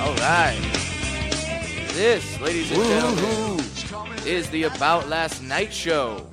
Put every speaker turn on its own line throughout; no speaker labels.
All right. This, ladies and gentlemen, is the About Last Night show.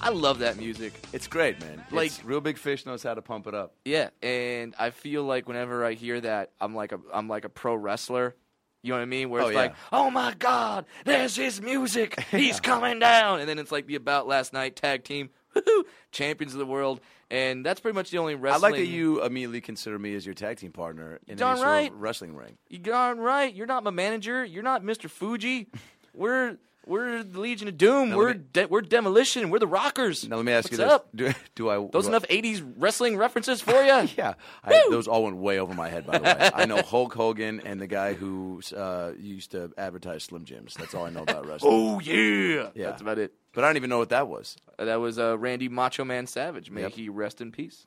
I love that music.
It's great, man. Like
Like-
real big fish knows how to pump it up.
Yeah, and I feel like whenever I hear that, I'm like a I'm like a pro wrestler. You know what I mean? Where it's
Oh, yeah.
like, oh my God, there's his music. He's coming down, and then it's like the About Last Night tag team, woohoo, champions of the world, and that's pretty much the only
I
wrestling.
like that you immediately consider me as your tag team partner in
Darn
any sort
right.
of wrestling ring.
You darn right. You're not my manager. You're not Mr. Fuji. We're we're the Legion of Doom.
Now,
we're
let me-
de- we're demolition. We're the Rockers.
Now let me ask
What's
you this:
Up?
Do, do I
Those
do I-
enough '80s wrestling references for you?
Yeah, I, those all went way over my head. By the way, I know Hulk Hogan and the guy who uh, used to advertise Slim Jims. That's all I know about wrestling.
Oh yeah.
Yeah.
That's about it.
But I don't even know what that was.
Uh, That was uh, Randy Macho Man Savage. May
Yep.
he rest in peace.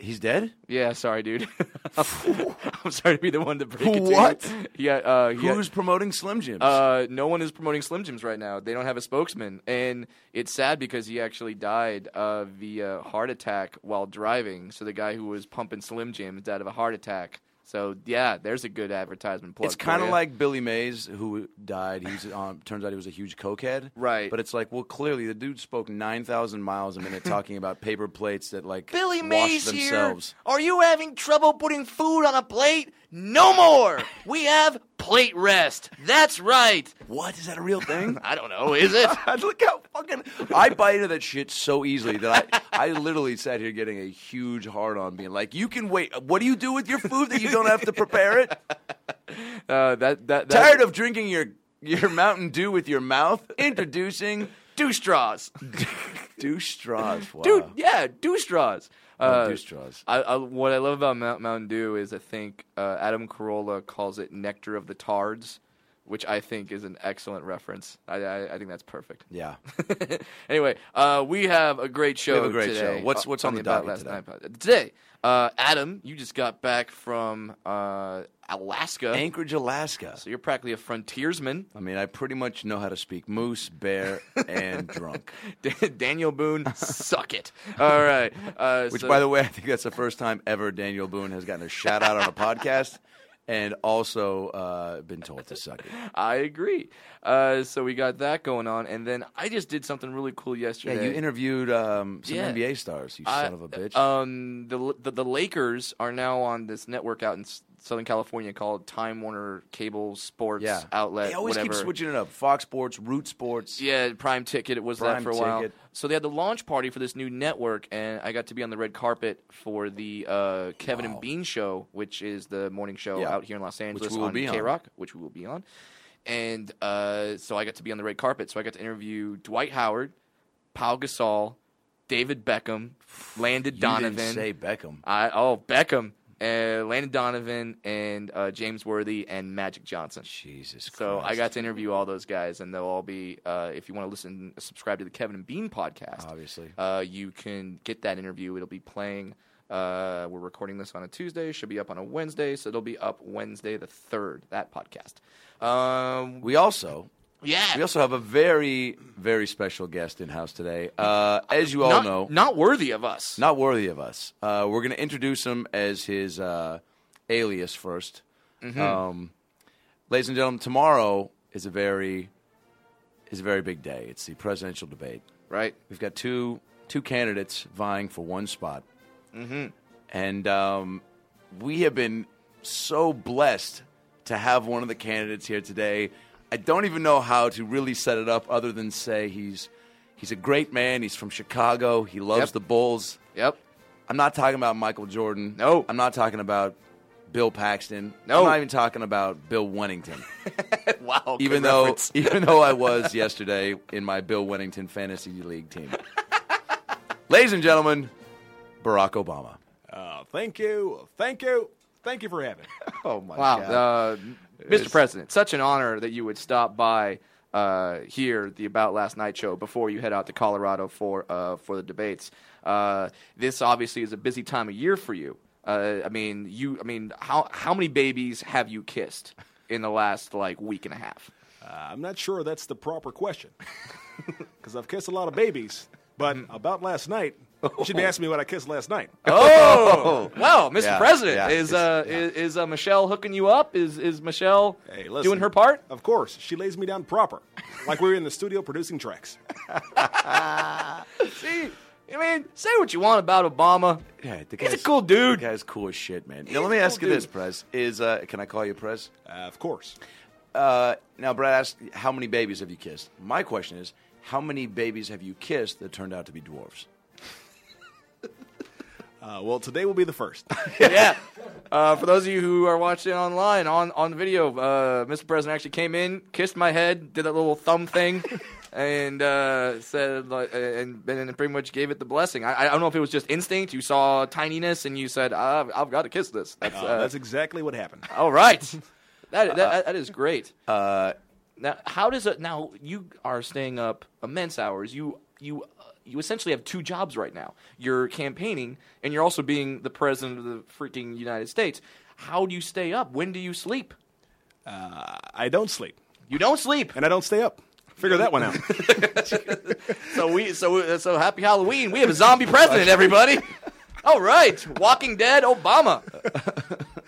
He's dead.
Yeah, sorry, dude. I'm sorry to be the one to break it to
What?
you. Yeah, uh, yeah.
Who's promoting Slim Jims?
Uh, no one is promoting Slim Jims right now. They don't have a spokesman, and it's sad because he actually died uh, via heart attack while driving. So the guy who was pumping Slim Jims died of a heart attack. So yeah, there's a good advertisement plug.
it's
for
kind of
ya.
like Billy Mays, who died. He's um, turns out he was a huge cokehead.
Right.
But it's like, well, clearly the dude spoke nine thousand miles a minute talking about paper plates that like
Billy
wash
Mays
themselves.
here. Are you having trouble putting food on a plate? No more. we have plate rest. That's right.
What is that a real thing?
I don't know. Is it?
God, look how fucking I bite into that shit so easily that I, I literally sat here getting a huge hard on, being like, "You can wait. What do you do with your food that you don't have to prepare it?
Uh, that that, that
Tired of drinking your your Mountain Dew with your mouth? Introducing
two straws.
douche straws, wow. Oh,
dude. uh, Yeah, Dew straws.
Love Dew straws.
I, I, what I love about Mount, Mountain Dew is I think uh, Adam Carolla calls it nectar of the tards, which I think is an excellent reference. I, I, I think that's perfect.
Yeah,
anyway, uh, we have a great show.
have a great
today
show. What's- what's on the
About
docket
Last
today?
Night pod- Today, uh, Adam, you just got back from uh, Alaska,
Anchorage, Alaska.
so you're practically a frontiersman.
I mean, I pretty much know how to speak moose, bear, and drunk.
Dan- Daniel Boone, suck it. All right. Uh,
Which,
so-
by the way, I think that's the first time ever Daniel Boone has gotten a shout out on a podcast, and also uh, been told to suck it.
I agree. Uh, so we got that going on, and then I just did something really cool yesterday.
Yeah, you interviewed um, some
Yeah.
NBA stars. You
I-
son of a bitch.
Um, the, the the Lakers are now on this network out in S- Southern California called Time Warner Cable Sports
yeah,
Outlet.
They always
whatever.
keep switching it up. Fox Sports, Root Sports.
Yeah, Prime Ticket. It was that
Prime
for a while.
Ticket.
So they had the launch party for this new network, and I got to be on the red carpet for the uh, Kevin and Bean show, which is the morning show
Yeah.
out here in Los Angeles
we will
on
be on.
K Rock, which we will be on. And uh, so I got to be on the red carpet. So I got to interview Dwight Howard, Paul Gasol, David Beckham, Landon
You
Donovan.
didn't say Beckham.
I oh Beckham, uh, Landon Donovan, and uh, James Worthy and Magic Johnson.
Jesus Christ.
So I got to interview all those guys, and they'll all be. Uh, if you want to listen, subscribe to the Kevin and Bean podcast.
Obviously.
uh, you can get that interview. It'll be playing. Uh, we're recording this on a Tuesday. Should be up on a Wednesday, so it'll be up Wednesday the third. That podcast. Um,
We also.
yeah.
We also have a very, very special guest in house today. Uh, as you all
not,
know,
not worthy of us.
not worthy of us. Uh, we're going to introduce him as his uh, alias 1st Um, ladies and gentlemen, tomorrow is a very is a very big day. It's the presidential debate.
Right.
We've got two two candidates vying for one spot, mm-hmm. and um, we have been so blessed to have one of the candidates here today. I don't even know how to really set it up, other than say he's he's a great man. He's from Chicago. He loves
Yep.
the Bulls.
Yep.
I'm not talking about Michael Jordan.
No.
I'm not talking about Bill Paxton.
No.
I'm not even talking about Bill Wennington.
Wow. good
even though
reference.
even though I was yesterday in my Bill Wennington fantasy league team. Ladies and gentlemen, Barack Obama.
Uh, thank you. Thank you. Thank you for having me.
Oh my
Wow, uh, Mr. President, such an honor that you would stop by uh, here, the About Last Night show, before you head out to Colorado for uh, for the debates. Uh, this obviously is a busy time of year for you. Uh, I mean, you. I mean, how how many babies have you kissed in the last like week and a half?
Uh, I'm not
Mm-hmm.
sure that's the proper question because I've kissed a lot of babies, but about last night, You should be asking me what I kissed last night.
Oh, well, Mr.
Yeah,
President,
yeah,
is, uh,
it's-
is is uh, Michelle hooking you up? Is is Michelle
Hey, listen.
doing her part?
Oh.
Of course, she lays me down proper, like we were in the studio producing tracks.
See, I mean, say what you want about Obama.
Yeah, the
He's a
guy's-
cool dude.
The guy's cool as shit, man. Now let me
a cool
ask you
dude.
this, Prez. Is uh, can I call you Prez?
Uh, of course,
Uh, now, Brad asked, "How many babies have you kissed?" My question is, how many babies have you kissed that turned out to be dwarves?
uh, well, today will be the first.
yeah. Uh, for those of you who are watching online on on video, uh, Mr. President actually came in, kissed my head, did that little thumb thing, and uh, said like, and and pretty much gave it the blessing. I, I don't know if it was just instinct. You saw tininess and you said, "I've, I've got to kiss this." That's,
Uh,
uh,
that's exactly what happened.
all right. That, that that is great.
Uh,
Now, how does it? Now you are staying up immense hours. You you uh, you essentially have two jobs right now. You're campaigning, and you're also being the president of the freaking United States. How do you stay up? When do you sleep?
Uh, I don't sleep,
You don't sleep.
and I don't stay up. Figure that one out.
So we so so happy Halloween. We have a zombie president, everybody. All right, Walking Dead Obama.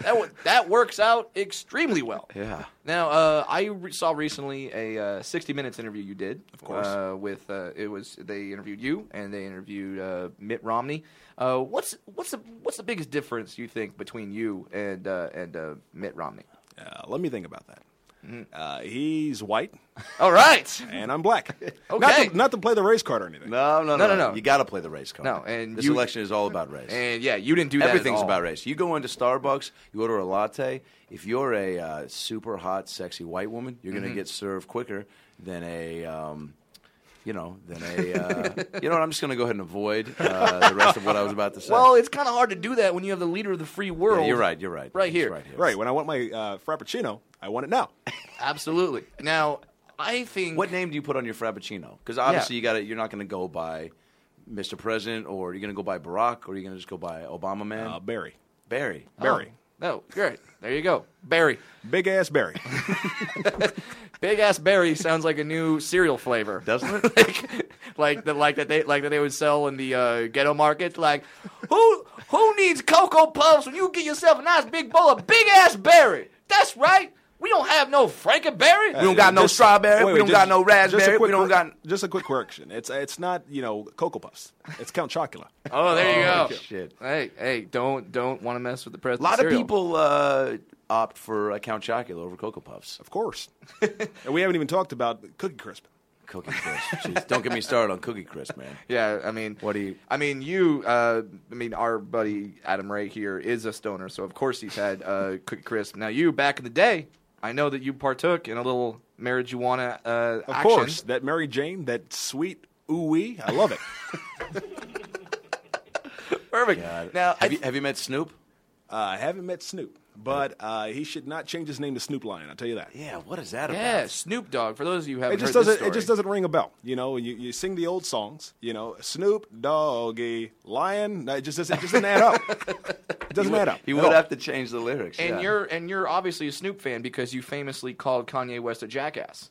That wo- that works out extremely well.
yeah.
Now, uh, I re- saw recently a uh, 60 Minutes interview you did, of
course.
Uh, with uh, it was they interviewed you and they interviewed uh, Mitt Romney. Uh, what's what's the what's the biggest difference you think between you and uh, and uh, Mitt Romney?
Uh, let me think about that.
Mm-hmm.
Uh, he's white,
All right.
and I'm black.
Okay.
Not to, not to play the race card or anything.
No, no, no,
No,
no.
no, no.
You got to play the race card.
No, and
this
you-
election is all about race.
And yeah, you didn't do that. at
Everything's
all.
about race. You go into Starbucks, you order a latte. If you're a uh, super hot, sexy white woman, you're
Mm-hmm.
going to get served quicker than a, um, you know, than a. Uh, you know what? I'm just going to go ahead and avoid uh, the rest of what I was about to say.
Well, it's kind of hard to do that when you have the leader of the free world.
Yeah, you're right. You're right.
Right
It's
here.
Right here.
Right when I want my uh, frappuccino, I want it now.
Absolutely. Now, I think
What name do you put on your frappuccino? Because obviously you got to You're not going to go by Mr. President, or you're going to go by Barack, or you're going to just go by Obama man.
Uh, Barry,
Barry.
Barry,
No, Oh, great. There you go, Barry.
big ass Barry.
Big ass berry sounds like a new cereal flavor.
Doesn't it?
like like the like that they like that they would sell in the uh, ghetto market. Like who who needs cocoa puffs when you get yourself a nice big bowl of big ass berry? That's right. We don't have no Frankenberry.
Uh,
don't got no strawberry. We don't got no
Just
raspberry. We
a quick
don't
cor-
got-
Just a quick correction. It's it's not you know Cocoa Puffs. It's Count Chocula.
Oh, there you
Oh,
go.
shit.
Hey, hey, don't don't want to mess with the
A
president.
lot of
cereal.
people uh, opt for uh, Count Chocula over Cocoa Puffs.
Of course. and we haven't even talked about Cookie Crisp.
Cookie Crisp. Jeez, don't get me started on Cookie Crisp, man.
Yeah, I mean,
What do you-
I mean, you. Uh, I mean, our buddy Adam Ray here is a stoner, so of course he's had uh, Cookie Crisp. Now, you back in the day, I know that you partook in a little marijuana. Uh,
Of
action.
course, that Mary Jane, that sweet ooh wee. I love it.
perfect.
God.
Now, I
Uh, have, you, have you met Snoop?
uh, I haven't met Snoop, but uh, he should not change his name to Snoop Lion. I'll tell you that.
Yeah. What is that about?
yeah, Snoop Dogg. For those of you who haven't
It just
heard this
doesn't. It just
story.
doesn't ring a bell. You know, you, you sing the old songs. You know, Snoop Doggy Lion. No, It just doesn't. It just doesn't add up. It doesn't add up.
He
at
would
all.
have to change the lyrics.
Oh. And
yeah.
you're and you're obviously a Snoop fan because you famously called Kanye West a jackass.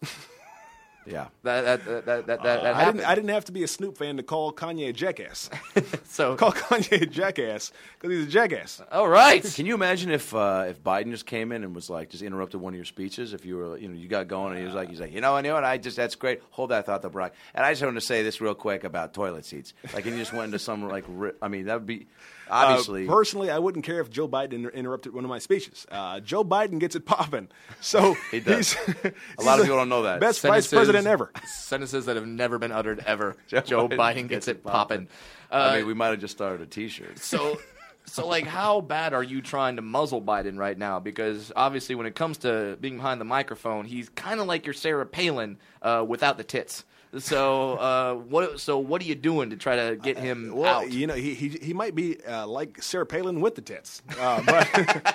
Yeah.
that that that that that, that,
Uh, I
happened.
didn't, I didn't have to be a Snoop fan to call Kanye a jackass.
so,
call Kanye a jackass because he's a jackass. Uh,
all right.
Can you imagine if uh, if Biden just came in and was like just interrupted one of your speeches? If you were you know you got going and he was like he's like you know I knew it I just that's great hold that thought to Brock and I just wanted to say this real quick about toilet seats like and you just went into some like ri- I mean that would be
Uh,
obviously
personally, I wouldn't care if Joe Biden inter- interrupted one of my speeches. Uh, Joe Biden gets it popping. So
He does.
He's,
a lot
he's
of people don't know that
best vice president ever.
Sentences that have never been uttered ever. Joe,
Biden
Biden,
gets
gets
it
it popping.
I mean we might have just started a T-shirt
So, so like, how bad are you trying to muzzle Biden right now? Because obviously, when it comes to being behind the microphone, he's kind of like your Sarah Palin uh, without the tits. So, uh, what? So, what are you doing to try to get him
Well,
out?
you know, he, he, he might be uh, like Sarah Palin with the tits. Uh, but,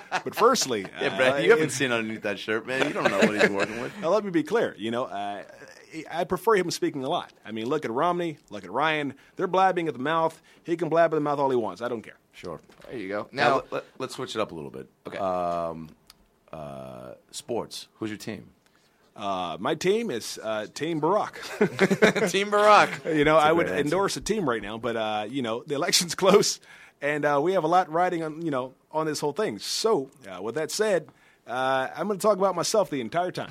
but firstly,
yeah
uh,
Brad you haven't
it-
seen underneath that shirt man you don't know what he's working with
now, let me be clear. You know, uh, I prefer him speaking a lot. I mean, look at Romney, look at Ryan. They're blabbing at the mouth. He can blab at the mouth all he wants. I don't care.
sure
There you go.
now
Now,
let, us switch it up a little bit
okay.
uh, um, uh, sports who's your team
Uh, my team is uh, Team Barack.
Team Barack.
you know, I would
great answer.
endorse a team right now, but uh, you know, the election's close, and uh, we have a lot riding on you know on this whole thing. So, uh, with that said, uh, I'm going to talk about myself the entire time.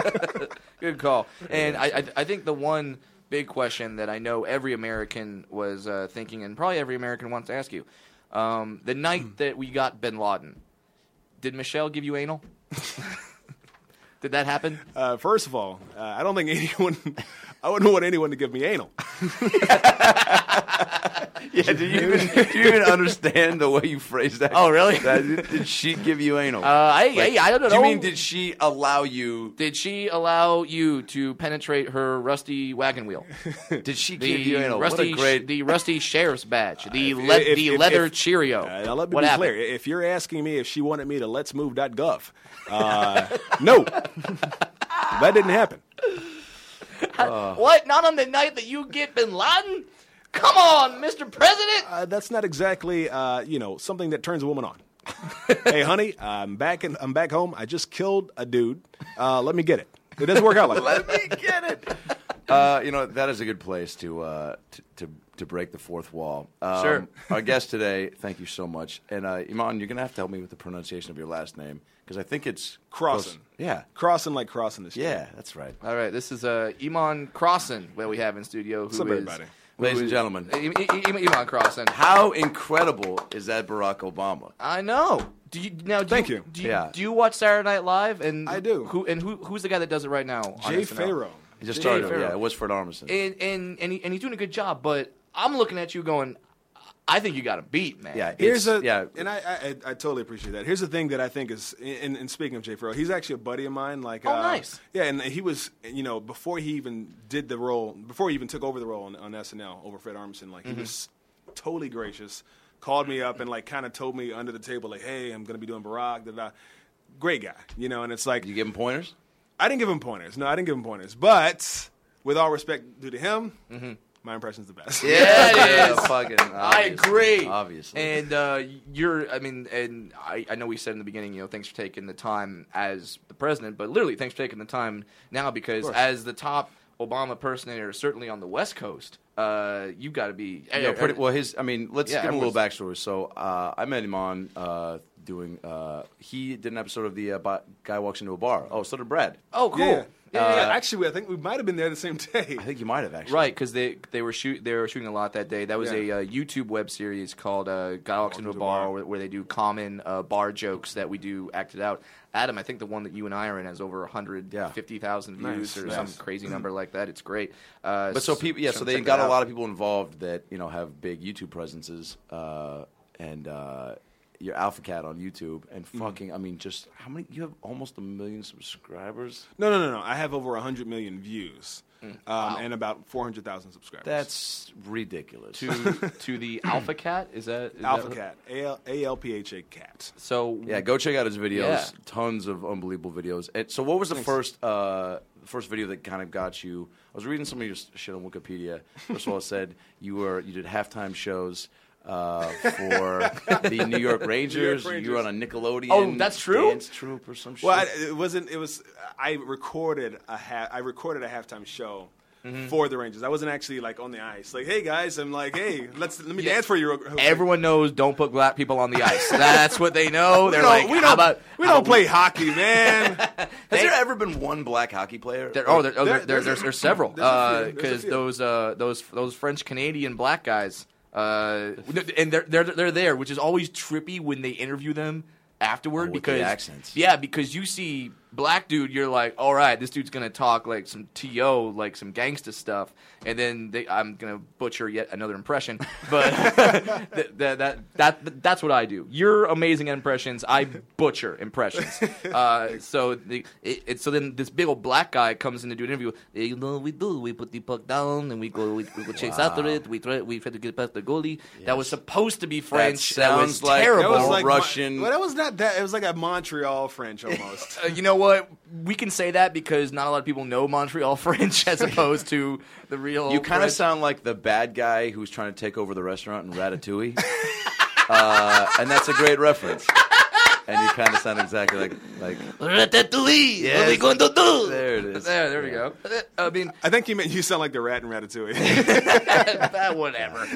Good call. And I, I, I think the one big question that I know every American was uh, thinking, and probably every American wants to ask you, um, the
Hmm.
night that we got Bin Laden, did Michelle give you anal? did that happen?
uh, first of all, uh, I don't think anyone, I wouldn't want anyone to give me anal.
Yeah, do you, even, do you even understand the way you phrased that?
Oh, really?
That- did she give you anal?
Uh, I,
Like,
I, I don't know.
Do you mean did she allow you?
Did she allow you to penetrate her rusty wagon wheel?
Did she
The
give you anal?
rusty,
what a great.
the rusty sheriff's badge, the,
Uh, If-
le-
if-
the
if-
leather
if-
Cheerio.
Uh, now let me
what
be
happened?
clear: if you're asking me if she wanted me to Let's Move.gov, uh, no, that didn't happen.
What? Not on the night that you get Bin Laden? Come on, Mr. President.
Uh, that's not exactly uh, you know something that turns a woman on. hey, honey, I'm back in, I'm back home. I just killed a dude. Uh, let me get it. It doesn't work out like that.
Let me get it. Uh, you know that is a good place to uh, to, to to break the fourth wall. Um,
Sure.
Our guest today, thank you so much, and uh, Iman, you're gonna have to help me with the pronunciation of your last name because I think it's
Crossing.
Yeah,
Crossing like crossing the street.
yeah, that's right.
All right, this is uh, Iman Crossan that we have in studio. Who
up,
is-
everybody?
who
Ladies and
is-
gentlemen.
I- I- I- Iman Crossan.
How incredible is that, Barack Obama?
I know. Do you now? Do
Thank you.
Do you,
Yeah.
do you watch Saturday Night Live? And
I do.
Who and who? Who's the guy that does it right now? on
Jay
SNL?
Farrow.
He just
Jay
started.
Farrell.
Yeah, it was Fred Armisen.
And and and, he, and he's doing a good job. But I'm looking at you going, I think you got him beat, man.
yeah,
Here's
it's-
a
yeah.
and I, I I- I totally appreciate that. Here's the thing that I think is, and, and speaking of Jay Farrell, he's actually a buddy of mine. Like,
Oh,
uh,
nice.
Yeah, and he was, you know, before he even did the role, before he even took over the role on, on SNL over Fred Armisen, like he was totally gracious. Called me up and like kind of told me under the table, like, "Hey, I'm going to be doing Barack." Da, da. Great guy, you know. And it's like
you give him pointers.
I didn't give him pointers. No, I didn't give him pointers. But with all respect due to him, my impression's the best.
Yeah, it is.
fucking.
I
obviously,
agree.
Obviously.
And uh, you're, I mean, and I, I know we said in the beginning, you know, thanks for taking the time as the president, but literally thanks for taking the time now because as the top Obama impersonator, certainly on the West Coast, uh, you've got to be.
Yeah, pretty, well, his. I mean, let's
Yeah,
give him a little backstory. So uh, I met him on uh, doing. Uh, he did an episode of the uh, Bi- guy walks into a bar. Oh, so did Brad.
oh, cool.
Yeah. Yeah, yeah, yeah.
Uh,
actually, I think we might have been there the same day.
I think you might have actually.
Right, because they they were shoot they were shooting a lot that day. That was
Yeah.
a uh, YouTube web series called uh, "Guy Walks into a Bar," Where, where they do common uh, bar jokes that we do acted out. Adam, I think the one that you and I are in has over hundred fifty thousand views
Nice,
or
nice.
some crazy number like that. It's great. Uh,
But so people, yeah. So they
check
got
that
a
out.
lot of people involved that you know have big YouTube presences, uh, and uh, your Alpha Cat on YouTube, and
Mm-hmm.
fucking, I mean, just how many? You have almost a million subscribers.
No, no, no, no. I have over 100 million views
Mm.
um, and about 400,000 subscribers.
That's ridiculous.
to to the Alpha Cat. Is that is
Alpha
that-
Cat. A-L- A-L-P-H-A cat.
So
Yeah, go check out his videos.
Yeah.
Tons of unbelievable videos. And so, what was the first uh, the first video that kind of got you? I was reading some of your s- shit on Wikipedia. First of all, it said you were you did halftime shows uh, for the New York Rangers. You were on a Nickelodeon.
Oh, that's true?
Dance troupe or some shit.
Well, I, it wasn't. It was. I recorded a ha- I recorded a halftime show
Mm-hmm.
for the Rangers. I wasn't actually like on the ice. Like, hey guys, I'm like, hey, let's let me dance for you. Real, real quick."
everyone knows don't put black people on the ice. That's what they know. They're
we don't,
like,
we
how
don't,
about
we don't play hockey, man.
Has there ever been one black hockey player?
There, oh, there, oh, there, there,
There- there's a-
there's, there's several
there's a few, there's a
because
few.
those uh, those those French Canadian black guys, uh, and they're, they're they're there, which is always trippy when they interview them afterward
Oh, with the
because
accents.
Yeah, because you see black dude, you're like, all right, this dude's gonna talk like some to like some gangsta stuff, and then they, I'm gonna butcher yet another impression, but th- that, that that that's what I do. You're amazing at impressions. I butcher impressions. Uh, so the, it, it, so then this big old black guy comes in to do an interview. You know what we do? We put the puck down and we go we, we go chase after it. We try we try to get past the goalie. That was supposed to be French. That,
sounds
was
like-
terrible.
That was
Or
like
Russian.
My, well, that was not that. It was like a Montreal French almost.
Uh, you know what? We can say that because not a lot of people know Montreal French as opposed to the real.
You kind of
French.
sound like the bad guy who's trying to take over the restaurant in Ratatouille. uh, and that's a great reference. and you kind of sound exactly like like
Ratatouille. What we
Yes.
going to do?
there it is.
There, there we go. Uh, I mean,
I think you meant you sound like the rat in Ratatouille.
that, whatever.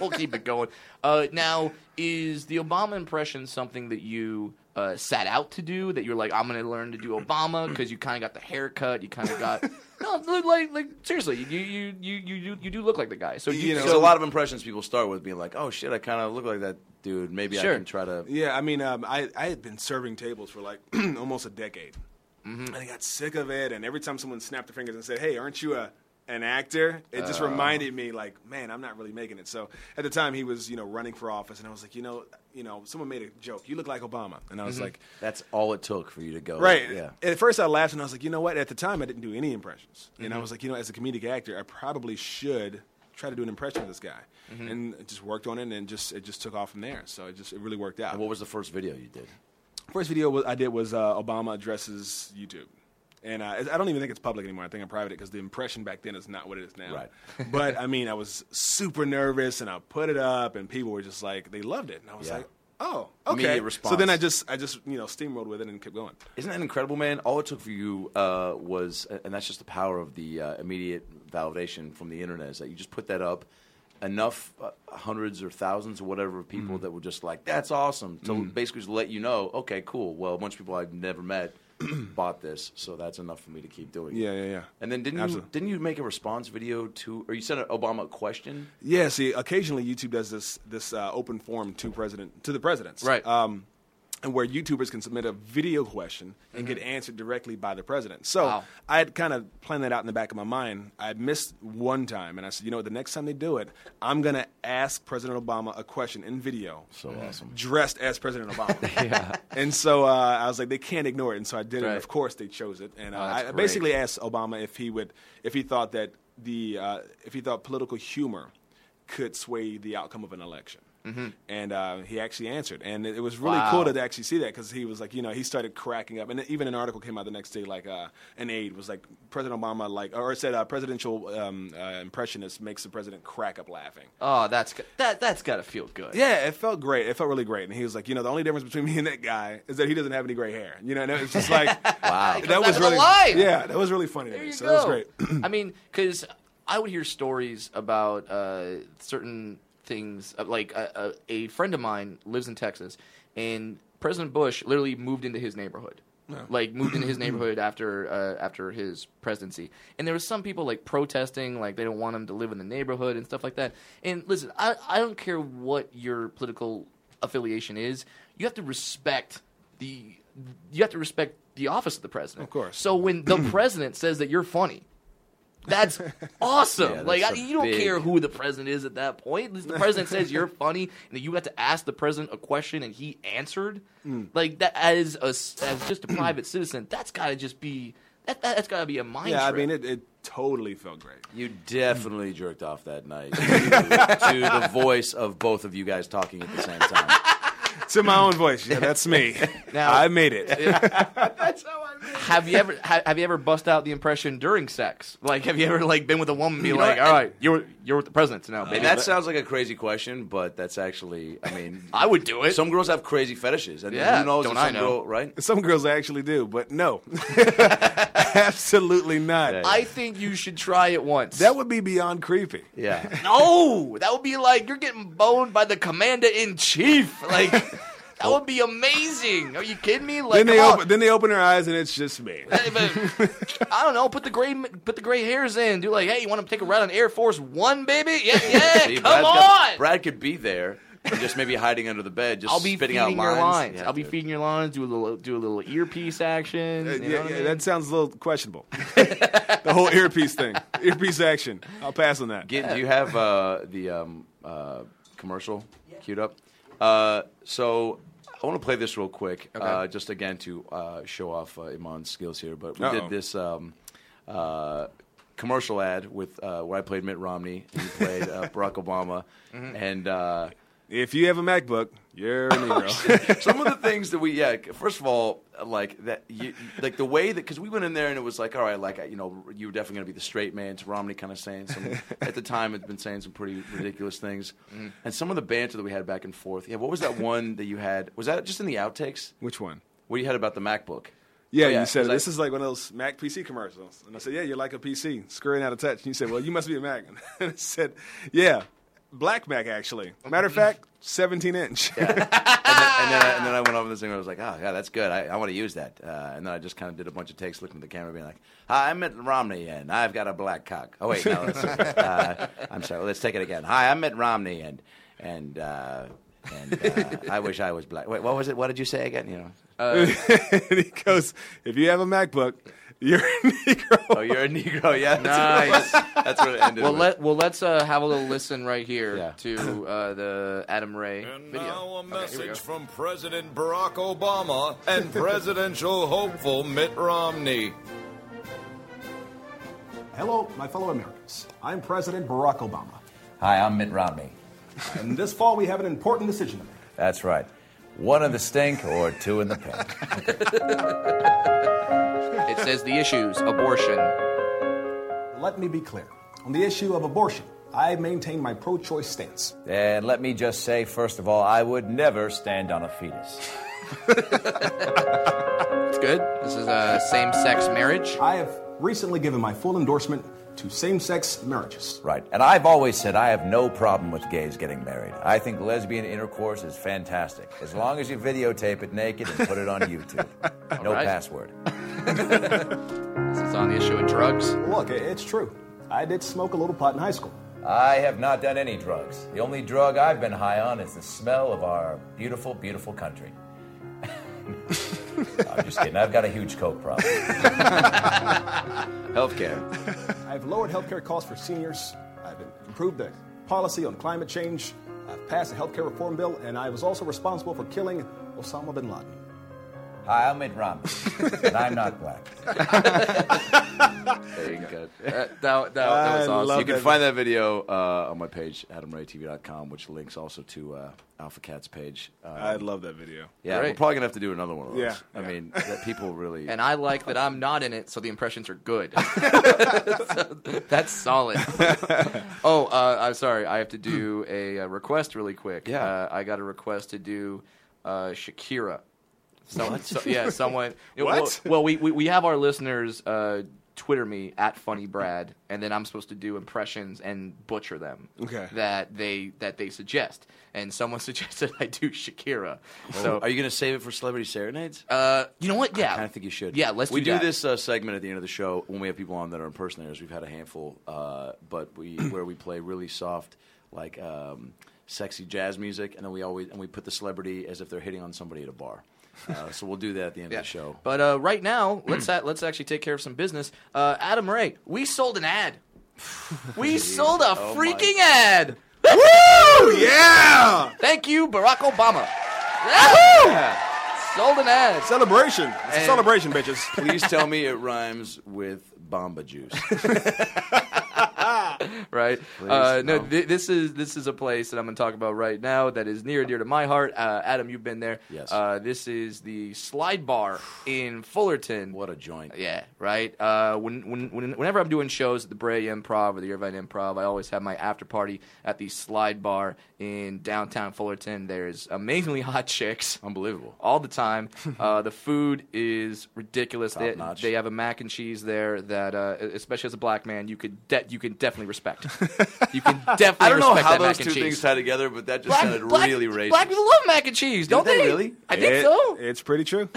we'll keep it going. Uh, now, is the Obama impression something that you uh, set out to do? That you're like, I'm going to learn to do Obama because you kind of got the haircut. You kind of got no, look like like seriously, you you you you you, you do look like the guy. So you,
You know.
Because a lot of impressions people start with being like, "Oh shit, I kind of look like that dude. Maybe
Sure.
I can try to."
yeah, I mean, um, I I had been serving tables for like almost a decade, and I got sick of it. And every time someone snapped their fingers and said, "Hey, aren't you a an actor?" It just reminded me, like, man, I'm not really making it. So at the time, he was you know running for office, and I was like, you know, you know, someone made a joke. You look like Obama, and I was like.
That's all it took for you to go.
Right.
Yeah.
At first, I laughed and I was like, you know what? At the time, I didn't do any impressions, and I was like, you know, as a comedic actor, I probably should try to do an impression of this guy, and I just worked on it, and just it just took off from there. So it just it really worked out.
And what was the first video you did?
First video was, I did was uh, Obama addresses YouTube. And uh, I don't even think it's public anymore. I think I private it because the impression back then is not what it is now.
Right.
but I mean, I was super nervous, and I put it up, and people were just like, they loved it, and I was
Yeah.
like, oh, okay.
Immediate
So then
response.
I just, I just, you know, steamrolled with it and kept going.
Isn't that incredible, man? All it took for you uh, was, and that's just the power of the uh, immediate validation from the internet, is that you just put that up, enough uh, hundreds or thousands or whatever of people that were just like, that's awesome, to basically just let you know, okay, cool. Well, a bunch of people I've never met bought this, so that's enough for me to keep doing it.
Yeah, yeah, yeah.
And then didn't
Absolutely.
you didn't you make a response video to, or you sent an Obama question?
Yeah, see, occasionally YouTube does this this uh, open forum to president to the presidents,
Right.
Um, and where YouTubers can submit a video question and get answered directly by the president. So
Mm-hmm. Wow.
I had kind of planned that out in the back of my mind. I missed one time, and I said, you know, what, the next time they do it, I'm gonna ask President Obama a question in video,
So awesome.
dressed as President Obama. And so uh, I was like, they can't ignore it. And so I did it.
Right. Oh,
And of course, they chose it. And uh,
that's
I
great.
basically asked Obama if he would, if he thought that the, uh, if he thought political humor could sway the outcome of an election. And uh, he actually answered, and it, it was really
Mm-hmm. Wow.
cool to actually see that because he was like, you know, he started cracking up, and even an article came out the next day, like uh, an aide was like, President Obama, like, or it said, uh, presidential um, uh, impressionist makes the president crack up laughing.
oh, that's g- that that's got to feel good.
Yeah, it felt great. It felt really great. And he was like, you know, the only difference between me and that guy is that he doesn't have any gray hair. You know, and it was just like, wow,
Because that was alive.
yeah, that was really funny. to
There
me.
you
so
go.
that was great.
I mean, because I would hear stories about uh, certain things. uh, Like a, a, a friend of mine lives in Texas, and President Bush literally moved into his neighborhood. Like moved into his neighborhood after uh, after his presidency, and there was some people like protesting, like they don't want him to live in the neighborhood and stuff like that. And listen, I, I don't care what your political affiliation is, you have to respect the you have to respect the office of the president.
Of course.
So when the president says that you're funny, that's awesome.
Yeah, that's
like I,
a
you don't
big-
care who the president is at that point. At least the president says you're funny, and that you got to ask the president a question, and he answered. Like that as a s- as just a private citizen, that's got to just be that, that has got to be a mind.
Yeah, I
trip.
mean, it, it totally felt great.
You definitely jerked off that night to, to the voice of both of you guys talking at the same time.
It's in my own voice. Yeah, that's me.
Now-
I made it.
have you ever ha, have you ever bust out the impression during sex? Like have you Uh, ever like been with a woman and be
You know
like,
what?
all right, you're you're with the president now,
And
baby.
that sounds like a crazy question, but that's actually, I mean,
I would do it.
some girls have crazy fetishes, and
Yeah,
who knows
don't
if some
I know.
girl, right?
Some girls actually do, but no, absolutely not.
Yeah.
I think you should try it once.
That would be beyond creepy.
Yeah,
No, that would be like you're getting boned by the commander in chief. Like that would be amazing. Are you kidding me? Like
Then they
come on.
open, then they open their eyes, and it's just me. Uh,
Hey, but- I don't know. Put the gray put the gray hairs in. Do like, hey, you want to take a ride on Air Force One, baby? Yeah, yeah.
See,
come
Brad's got-
on.
Brad could be there, and just maybe hiding under the bed, just
I'll be
spitting
feeding
out lines.
your lines.
Yeah,
I'll be
dude.
feeding your lines. Do a little do a little earpiece action.
Uh,
you know
yeah,
what I
yeah,
mean?
that sounds a little questionable. the whole earpiece thing, earpiece action. I'll pass on that.
Get, do you have uh, the um, uh, commercial queued up? Uh, so I want to play this real quick, uh, just again to uh, show off uh, Iman's skills here. But we
Uh-oh.
did this um, uh, commercial ad with uh, where I played Mitt Romney and you played uh, Barack Obama, and uh,
If you have a MacBook, you're a Negro.
some of the things that we yeah first of all like that you, like the way that because we went in there and it was like all right like you know you were definitely going to be the straight man to romney kind of saying some at the time had been saying some pretty ridiculous things
Mm-hmm.
and some of the banter that we had back and forth yeah what was that one that you had was that just in the outtakes
Which one?
what you had about the macbook
Yeah,
Oh,
you said
'cause I-
this is like one of those Mac PC commercials. And I said, Yeah, you're like a PC, screwing out of touch. And you said, Well, you must be a Mac. And I said, Yeah, black Mac, actually. Matter of fact, 17 inch.
and then, and, then I, and then I went over this thing. and I was like, "Oh, yeah, that's good. I, I want to use that." Uh, and then I just kind of did a bunch of takes, looking at the camera, being like, "Hi, I'm Mitt Romney, and I've got a black cock." Oh wait, no, that's, uh, I'm sorry. Let's take it again. Hi, I'm Mitt Romney, and and uh, and uh, I wish I was black. Wait, what was it? What did you say again? You know.
and he goes, If you have a MacBook, you're a Negro.
Oh, you're a Negro, yeah.
Nice.
That's what it ended.
Well,
with.
let well let's uh, have a little listen right here
Yeah.
to uh, the Adam Ray
And
video.
now a
Okay, here we go.
message from President Barack Obama and presidential hopeful Mitt Romney.
Hello, my fellow Americans. I'm President Barack Obama.
Hi, I'm Mitt Romney.
And this fall, we have an important decision to make.
That's right. One in the stink or two in the pink.
It says the issues: abortion,
Let me be clear. On the issue of abortion, I maintain my pro choice stance.
And let me just say, first of all, I would never stand on a fetus.
It's good. This is uh, same-sex marriage.
I have recently given my full endorsement to same sex marriages.
Right. And I've always said I have no problem with gays getting married. I think lesbian intercourse is fantastic, as long as you videotape it naked and put it on YouTube. No
right.
password.
This is on the issue of drugs.
Look, i- it's true. I did smoke a little pot in high school.
I have not done any drugs. The only drug I've been high on is the smell of our beautiful, beautiful country. I'm just kidding. I've got a huge coke problem.
Healthcare.
I've lowered health care costs for seniors. I've improved the policy on climate change. I've passed a health care reform bill, and I was also responsible for killing Osama bin Laden.
Hi, I'm Mitt Romney, and I'm not black.
There you go.
That, that, that, that was awesome.
I love
You
You
can
can find that video uh, on my page, adamraytv.com, which links also to uh, Alpha Cat's page. Uh,
I love that video.
yeah, we're
Great.
probably going to have to do another one of those.
Yeah,
I
yeah.
mean, that people really.
and I like that I'm not in it, so the impressions are good. So, that's solid. oh, uh, I'm sorry. I have to do a, uh request really quick.
Yeah.
uh, I got a request to do uh, Shakira. Someone, so, yeah, someone. yeah, well-
What?
Well, we, we we have our listeners uh, Twitter me at Funny Brad, and then I'm supposed to do impressions and butcher them.
Okay.
That they that they suggest, and someone suggested I do Shakira. So
are you going to save it for Celebrity Serenades?
uh, you know what? Yeah,
I kind of think you should.
Yeah, let's
we
do, that.
this uh, segment at the end of the show when we have people on that are impersonators. We've had a handful, uh, but we where we play really soft, like um, sexy jazz music, and then we always and we put the celebrity as if they're hitting on somebody at a bar. Uh, so we'll do that at the end of the show.
But uh, right now, let's a- let's actually take care of some business. Uh, Adam Ray, we sold an ad. We sold a
Oh, my.
freaking ad.
Oh,
Yeah!
Thank you, Barack Obama. Yahoo! Sold an ad.
Celebration. It's a
And-
celebration, bitches.
Please tell me it rhymes with Bomba Juice.
right? uh, no,
no.
th- this is this is a place that I'm going to talk about right now that is near and dear to my heart. Uh, Adam, you've been there.
Yes.
Uh, this is the Slide Bar in Fullerton.
What a joint.
Yeah, right. Uh, when, when, when, whenever I'm doing shows at the Bray Improv or the Irvine Improv, I always have my after party at the Slide Bar in downtown Fullerton. There's amazingly hot chicks
Unbelievable.
all the time. Uh, the food is ridiculous. They,
Top-notch.
they have a mac and cheese there that, uh, especially as a black man, you could de- you can definitely respect. you can definitely
I don't know
respect
how
that mac
those
and
two
cheese.
things tie together, but that just sounded
black,
really racist.
black people love mac and cheese, don't
they really?
I think
It-
so.
It's pretty true.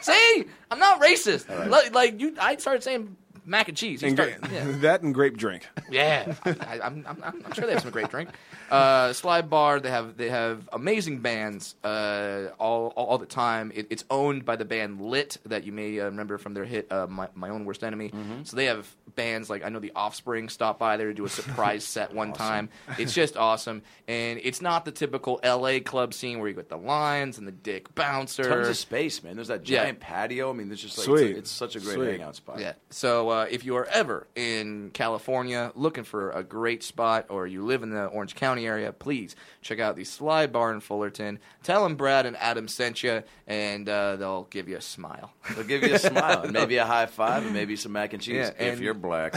See, I'm not racist. Like, like you, I started saying mac and cheese. You
And
started,
gra-
yeah.
That and grape drink.
Yeah, I, I'm, I'm, I'm I'm sure they have some great drink. Uh, Slide Bar, they have they have amazing bands uh, all, all all the time. It, it's owned by the band Lit that you may uh, remember from their hit uh, My My Own Worst Enemy.
Mm-hmm.
So they have bands like I know the Offspring stopped by there to do a surprise set one time. It's just awesome, and it's not the typical L.A. club scene where you get the lines and the dick bouncer.
Tons of space, man. There's that
Yeah.
giant patio. I mean, there's just like
Sweet.
It's, it's such a great
Sweet.
hangout spot.
Yeah. So uh, uh, if you are ever in California looking for a great spot or you live in the Orange County area, please check out the Sly Bar in Fullerton. Tell them Brad and Adam sent you, and uh, they'll give you a smile.
They'll give you a smile, and maybe a high five, and maybe some mac and cheese
Yeah,
if
and-
you're black.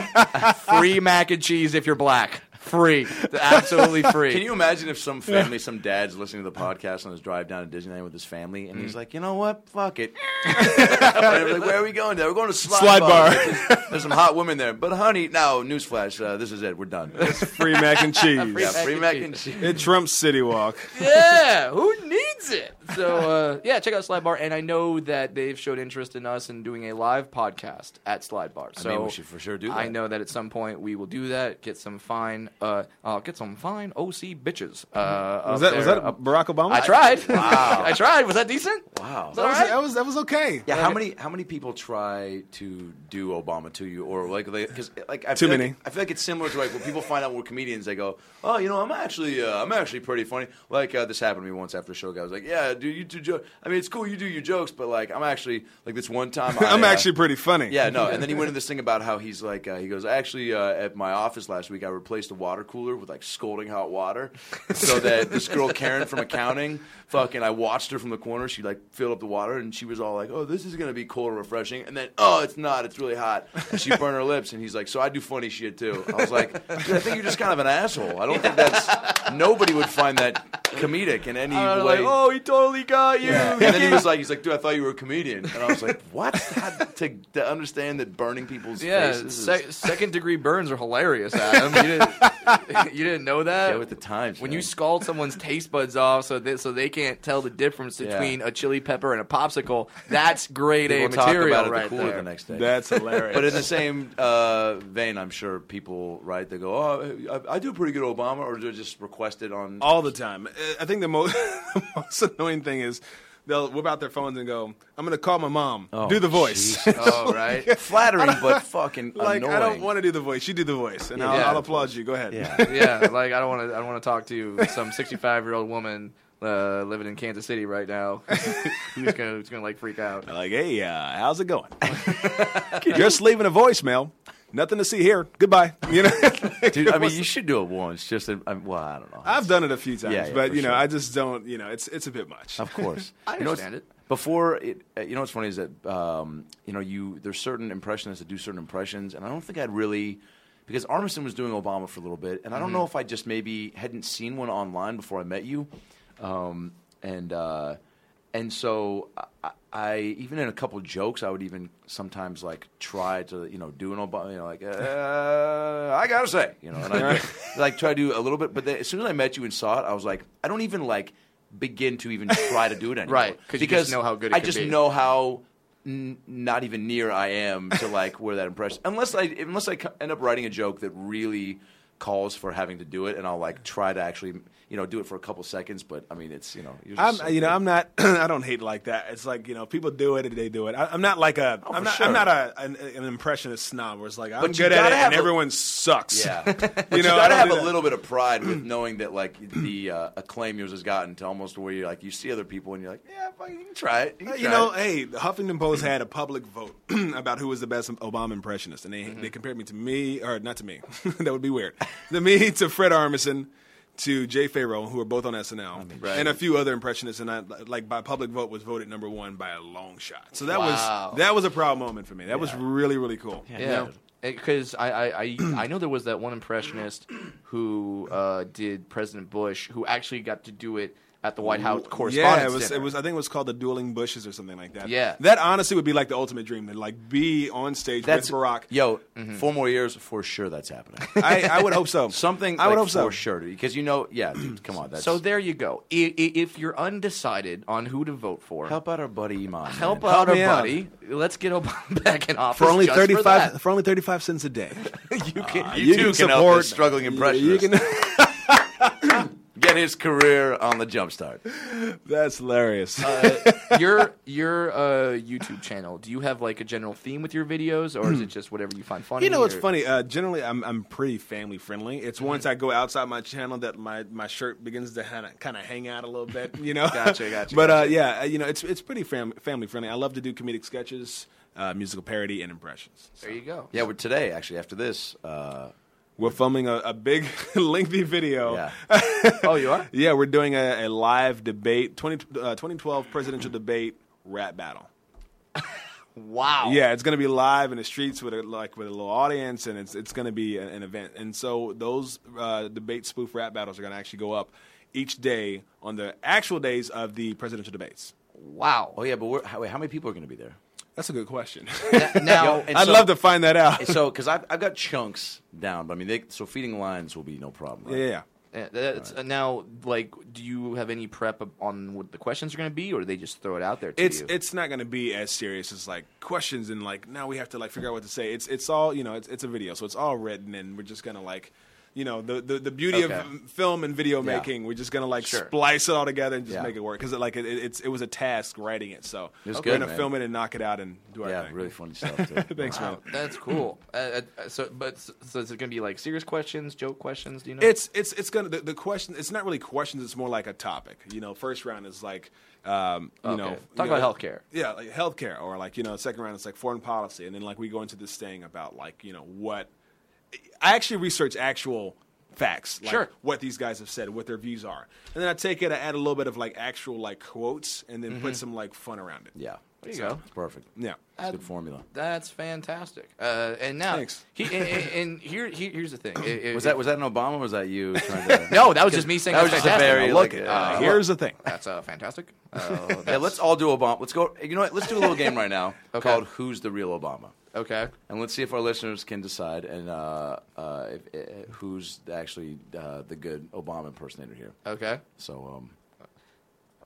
free mac and cheese if you're black. Free. Absolutely free.
Can you imagine if some family, some dad's listening to the podcast on his drive down to Disneyland with his family, and he's like, you know what? Fuck it. And they're like, where are we going? There, we're going to Slide,
Slide
Bar.
Bar.
There's, there's some hot women there, but honey, no. Newsflash, uh, this is it. We're done.
Free mac and cheese.
yeah,
Mac
free
and
mac
cheese.
and cheese.
It trumps City Walk.
yeah, who needs it? So uh, yeah, check out Slide Bar, and I know that they've showed interest in us in doing a live podcast at Slide Bar. So
mean, we should for sure do
I
that.
know that at some point we will do that. Get some fine, uh, uh get some fine OC bitches. Uh,
Mm-hmm. Was
up
that, was
there.
that
Up-
Barack Obama?
I tried. Wow, I tried. Was that decent?
Wow.
Was
That
that all
was,
right?
that was that was okay.
Yeah, how many how many people try to do Obama to you, or like because like I
Too
feel like-
many.
I feel like it's similar to like when people find out we're comedians, they go, "Oh, you know, I'm actually uh, I'm actually pretty funny." Like uh, this happened to me once after a show. Guy was like, "Yeah, dude, you do jokes. I mean, it's cool you do your jokes, but like I'm actually like this one time I,
I'm
uh,
actually pretty funny.
yeah, no. And then he went into this thing about how he's like, uh, he goes, actually, uh, at my office last week, I replaced the water cooler with like scolding hot water, so that this girl Karen from accounting, fucking, I watched her from the corner. She like filled up the water, and she was all like, oh, this is gonna be cool and refreshing. And then, oh, it's not. It's really hot. And she burned her lips, and he's like, so I do funny shit too. I was like, dude, I think you're just kind of an asshole. I don't think that's nobody would find that comedic in any
I
way.
was like, oh, he totally got you.
And then he was like, he's like, dude, I thought you were a comedian. And I was like, what? How to, to understand that burning people's
Yeah,
faces is
sec- second degree burns are hilarious, Adam. You didn't, you didn't know that?
Yeah, with the times,
uh, When
man.
you scald someone's taste buds off so they, so they can't tell the difference between a chili pepper and a popsicle, that's grade A
People talk
material
about it
right
the cooler
there.
the next day.
That's hilarious.
but in the same uh, vein, I'm sure people, right, they go, oh, I, I do pretty good Obama, or they're just requested on.
all the time. Uh, I think the most, the most annoying thing is they'll whip out their phones and go, "I'm gonna call my mom. do the voice."
oh, right?
Flattering, but fucking
like
annoying.
I don't want to do the voice. You do the voice, and
Yeah.
I'll, I'll applaud you. Go ahead.
Yeah.
yeah, like I don't want to. I don't want to talk to some 65 year old woman uh, living in Kansas City right now. who's gonna who's gonna like freak out?
Like, hey, uh, how's it going? Just leaving a voicemail. Nothing to see here. Goodbye. You know,
Dude, I mean, you should do it once. Just, in, I, well, I don't know.
I've done it a few times,
Yeah, yeah,
but
for
you know,
sure.
I just don't. You know, it's it's a bit much.
Of course,
I
You know,
understand
it's-
it.
Before it, uh, you know what's funny is that um, you know you there's certain impressionists that do certain impressions, and I don't think I'd really because Armisen was doing Obama for a little bit, and I don't know if I just maybe hadn't seen one online before I met you, um, and uh, and so I, I- I even in a couple jokes I would even sometimes like try to you know do an Obama, you know like uh, I gotta say you know and I like try to do a little bit, but then, as soon as I met you and saw it, I was like I don't even like begin to even try to do it anymore anymore.
Right, 'cause you just know how good it
I
could
just
be.
know how n- not even near I am to like where that impression. Unless I unless I co- end up writing a joke that really calls for having to do it, and I'll like try to actually you know do it for a couple seconds. But I mean, it's you know, you're just
I'm,
so
you know,
good.
I'm not. I don't hate like that. It's like you know, people do it and they do it. I, I'm not like a.
Oh, for
am not.
sure.
I'm not a an, an impressionist snob. Where it's like I'm
But you
good at
gotta
it
have
and
a-
everyone sucks.
Yeah,
you
but
know,
you
I
gotta
don't
have
do
a
that.
little bit of pride with knowing that like the uh, acclaim yours has gotten to almost where you like you see other people and you're like, yeah, fucking, you can try it. You,
Uh,
can
You
try
know,
it."
hey, the Huffington Post had a public vote about who was the best Obama impressionist, and they
Mm-hmm.
they compared me to me, or not to me, that would be weird, to me, to Fred Armisen, to Jay Farrow, who were both on SNL,
Right.
and a few other impressionists, and I like by public vote was voted number one by a long shot. So that
Wow.
was that was a proud moment for me. That was really really cool.
Yeah, because I, I, I, I know there was that one impressionist who uh, did President Bush, who actually got to do it at the White House Correspondents'
Yeah, it was.
Dinner.
It was. I think it was called the Dueling Bushes or something like that.
Yeah.
that honestly would be like the ultimate dream to like be on stage with Barack.
Yo,
Mm-hmm.
four more years for sure. That's happening.
I, I would hope so.
Something
I would
like,
hope so.
for sure because you know, yeah. dude, come on, that's
So there you go. I, I, if you're undecided on who to vote for,
Help out our buddy Iman.
help
man.
out our
me out.
buddy. Let's get Obama back in office
for only
just
thirty five
that.
for, only thirty five cents a day.
You can,
you can support-
this struggling impressionist.
you can,
get his career on the jump start.
that's hilarious.
Uh, your your uh, YouTube channel. Do you have like a general theme with your videos, or is it just whatever you find funny?
you know, it's
or-
funny. Uh, generally, I'm I'm pretty family friendly. It's once I go outside my channel that my, my shirt begins to kind of kind of hang out a little bit. You know,
Gotcha, gotcha,
But Uh,
gotcha.
yeah, uh, you know, it's it's pretty fam- family friendly. I love to do comedic sketches. uh, musical parody and impressions.
There you go.
Yeah, well, today actually after this, uh,
We're filming a, a big, lengthy video.
yeah,
Oh, you are?
Yeah, we're doing a, a live debate, 20, uh, 2012 presidential debate rap battle.
Oh.
Wow.
Yeah, it's going to be live in the streets with a, like with a little audience, and it's it's going to be an, an event. And so those uh, debate spoof rap battles are going to actually go up each day on the actual days of the presidential debates.
Wow.
oh yeah. But we're, how, wait, how many people are going to be there?
That's a good question.
Now,
Yo, and
I'd
so-
love to find that out.
So, because I've, I've got chunks down, but I mean, they, so feeding lines will be no problem.
yeah,
Right?
yeah.
Yeah, that's, uh, Now, like, do you have any prep ab- on what the questions are going to be, or do they just throw it out there to
It's
you?
it's not going to be as serious as like questions and like now we have to like figure out what to say. It's it's all you know. It's it's a video, so it's all written, and we're just going to like. You know the the, the beauty
Okay.
of film and video making. We're just gonna like
Sure.
splice it all together and just
Yeah.
make it work because it, like it, it's it was a task writing it. So
was
we're
good,
gonna
man.
film it and knock it out and do our
yeah,
thing.
really funny stuff. Too.
Thanks, man.
that's cool. Uh, uh, so, but so, so is it going to be like serious questions, joke questions? Do you know?
It's it's it's gonna the, the question. It's not really questions. It's more like a topic. You know, first round is like um, you
Okay.
know
Talk
you know,
about healthcare.
Yeah, like healthcare, or like you know, second round is like foreign policy, and then like we go into this thing about like you know what. I actually research actual facts, like
Sure.
what these guys have said, what their views are, and then I take it, I add a little bit of like actual like quotes, and then put some like fun around it.
yeah,
there you go.
perfect.
yeah.
It's a good formula.
That's fantastic. Uh, and now,
Thanks.
He, and, and- and here, he- here's the thing. It- it-
Was that was that an Obama? Or was that you? Trying to,
No, that was just me saying
That was
that's
just a
fantastic.
very
Look,
like,
uh,
uh,
Here's the thing.
that's uh, fantastic. Uh,
yeah. Let's all do Obama. Let's go. You know what? Let's do a little game right now
Okay.
called "Who's the Real Obama."
okay.
And let's see if our listeners can decide and uh, uh, if, uh, who's actually uh, the good Obama impersonator here.
Okay.
So, um,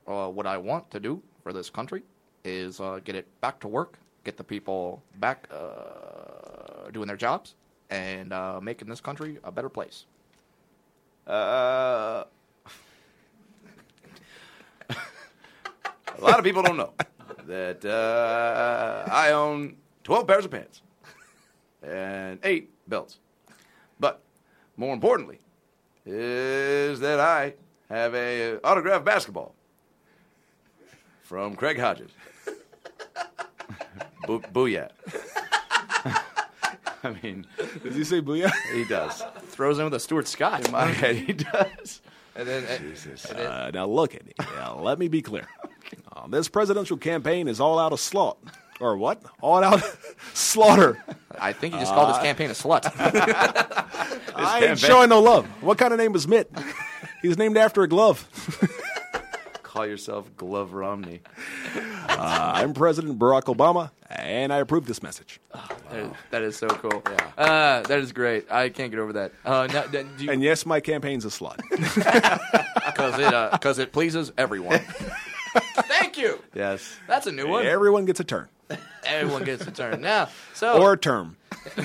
uh, what I want to do for this country is uh, get it back to work, get the people back uh, doing their jobs, and uh, making this country a better place. Uh,
a lot of people don't know that uh, I own 12 pairs of pants and eight belts. But more importantly, is that I have a autographed basketball from Craig Hodges. Boo- booyah. I mean,
Did you say booyah?
he does.
Throws in with a Stuart Scott,
In my head, he does.
and then and- and then-
Uh, now look at it. Now, let me be clear. Uh, this presidential campaign is all out of slot, or what? All out slaughter.
I think he just called this campaign a slut.
I ain't showing no love. What kind of name is Mitt? He's named after a glove.
Call yourself Glove Romney.
Uh, I'm President Barack Obama, and I approve this message.
That is- that is so cool. Uh, that is great. I can't get over that. Uh, now, then, do you,
And yes, my campaign's a slut.
because it uh 'cause it pleases everyone. Thank you.
Yes.
That's a new one.
Everyone gets a turn
Everyone gets a turn now. So
or a term.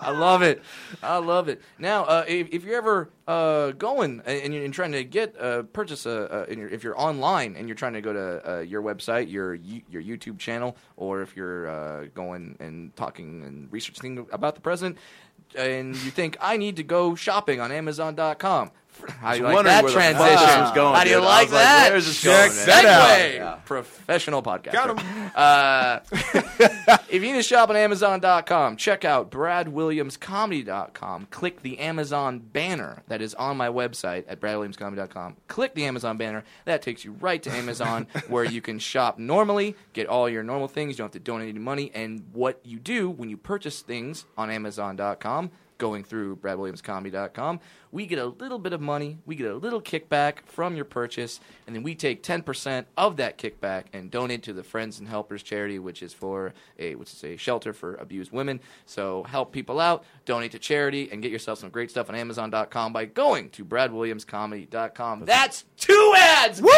I love it. I love it. Now, uh, if, if you're ever uh, going and, and you're and trying to get uh, purchase a, a in your, if you're online and you're trying to go to uh, your website, your you- your YouTube channel, or if you're uh, going and talking and researching about the president, and you think I need to go shopping on Amazon.com. How do you like
wondering
that
where the fuck
transition?
this was going,
How do you
dude. I
like
was like,
that?
where is this going,
Segue.
man? Check
that
Professional podcaster. Uh,
Got him.
If you need to shop on Amazon.com, check out BradWilliamsComedy.com. Click the Amazon banner that is on my website at BradWilliamsComedy.com. Click the Amazon banner. That takes you right to Amazon where you can shop normally, get all your normal things. You don't have to donate any money. And what you do when you purchase things on Amazon.com, going through bradwilliamscomedy.com. We get a little bit of money, we get a little kickback from your purchase, and then we take 10% of that kickback and donate to the Friends and Helpers charity, which is for a which is a shelter for abused women. So help people out, donate to charity, and get yourself some great stuff on amazon.com by going to bradwilliamscomedy.com. That's two ads. Woo!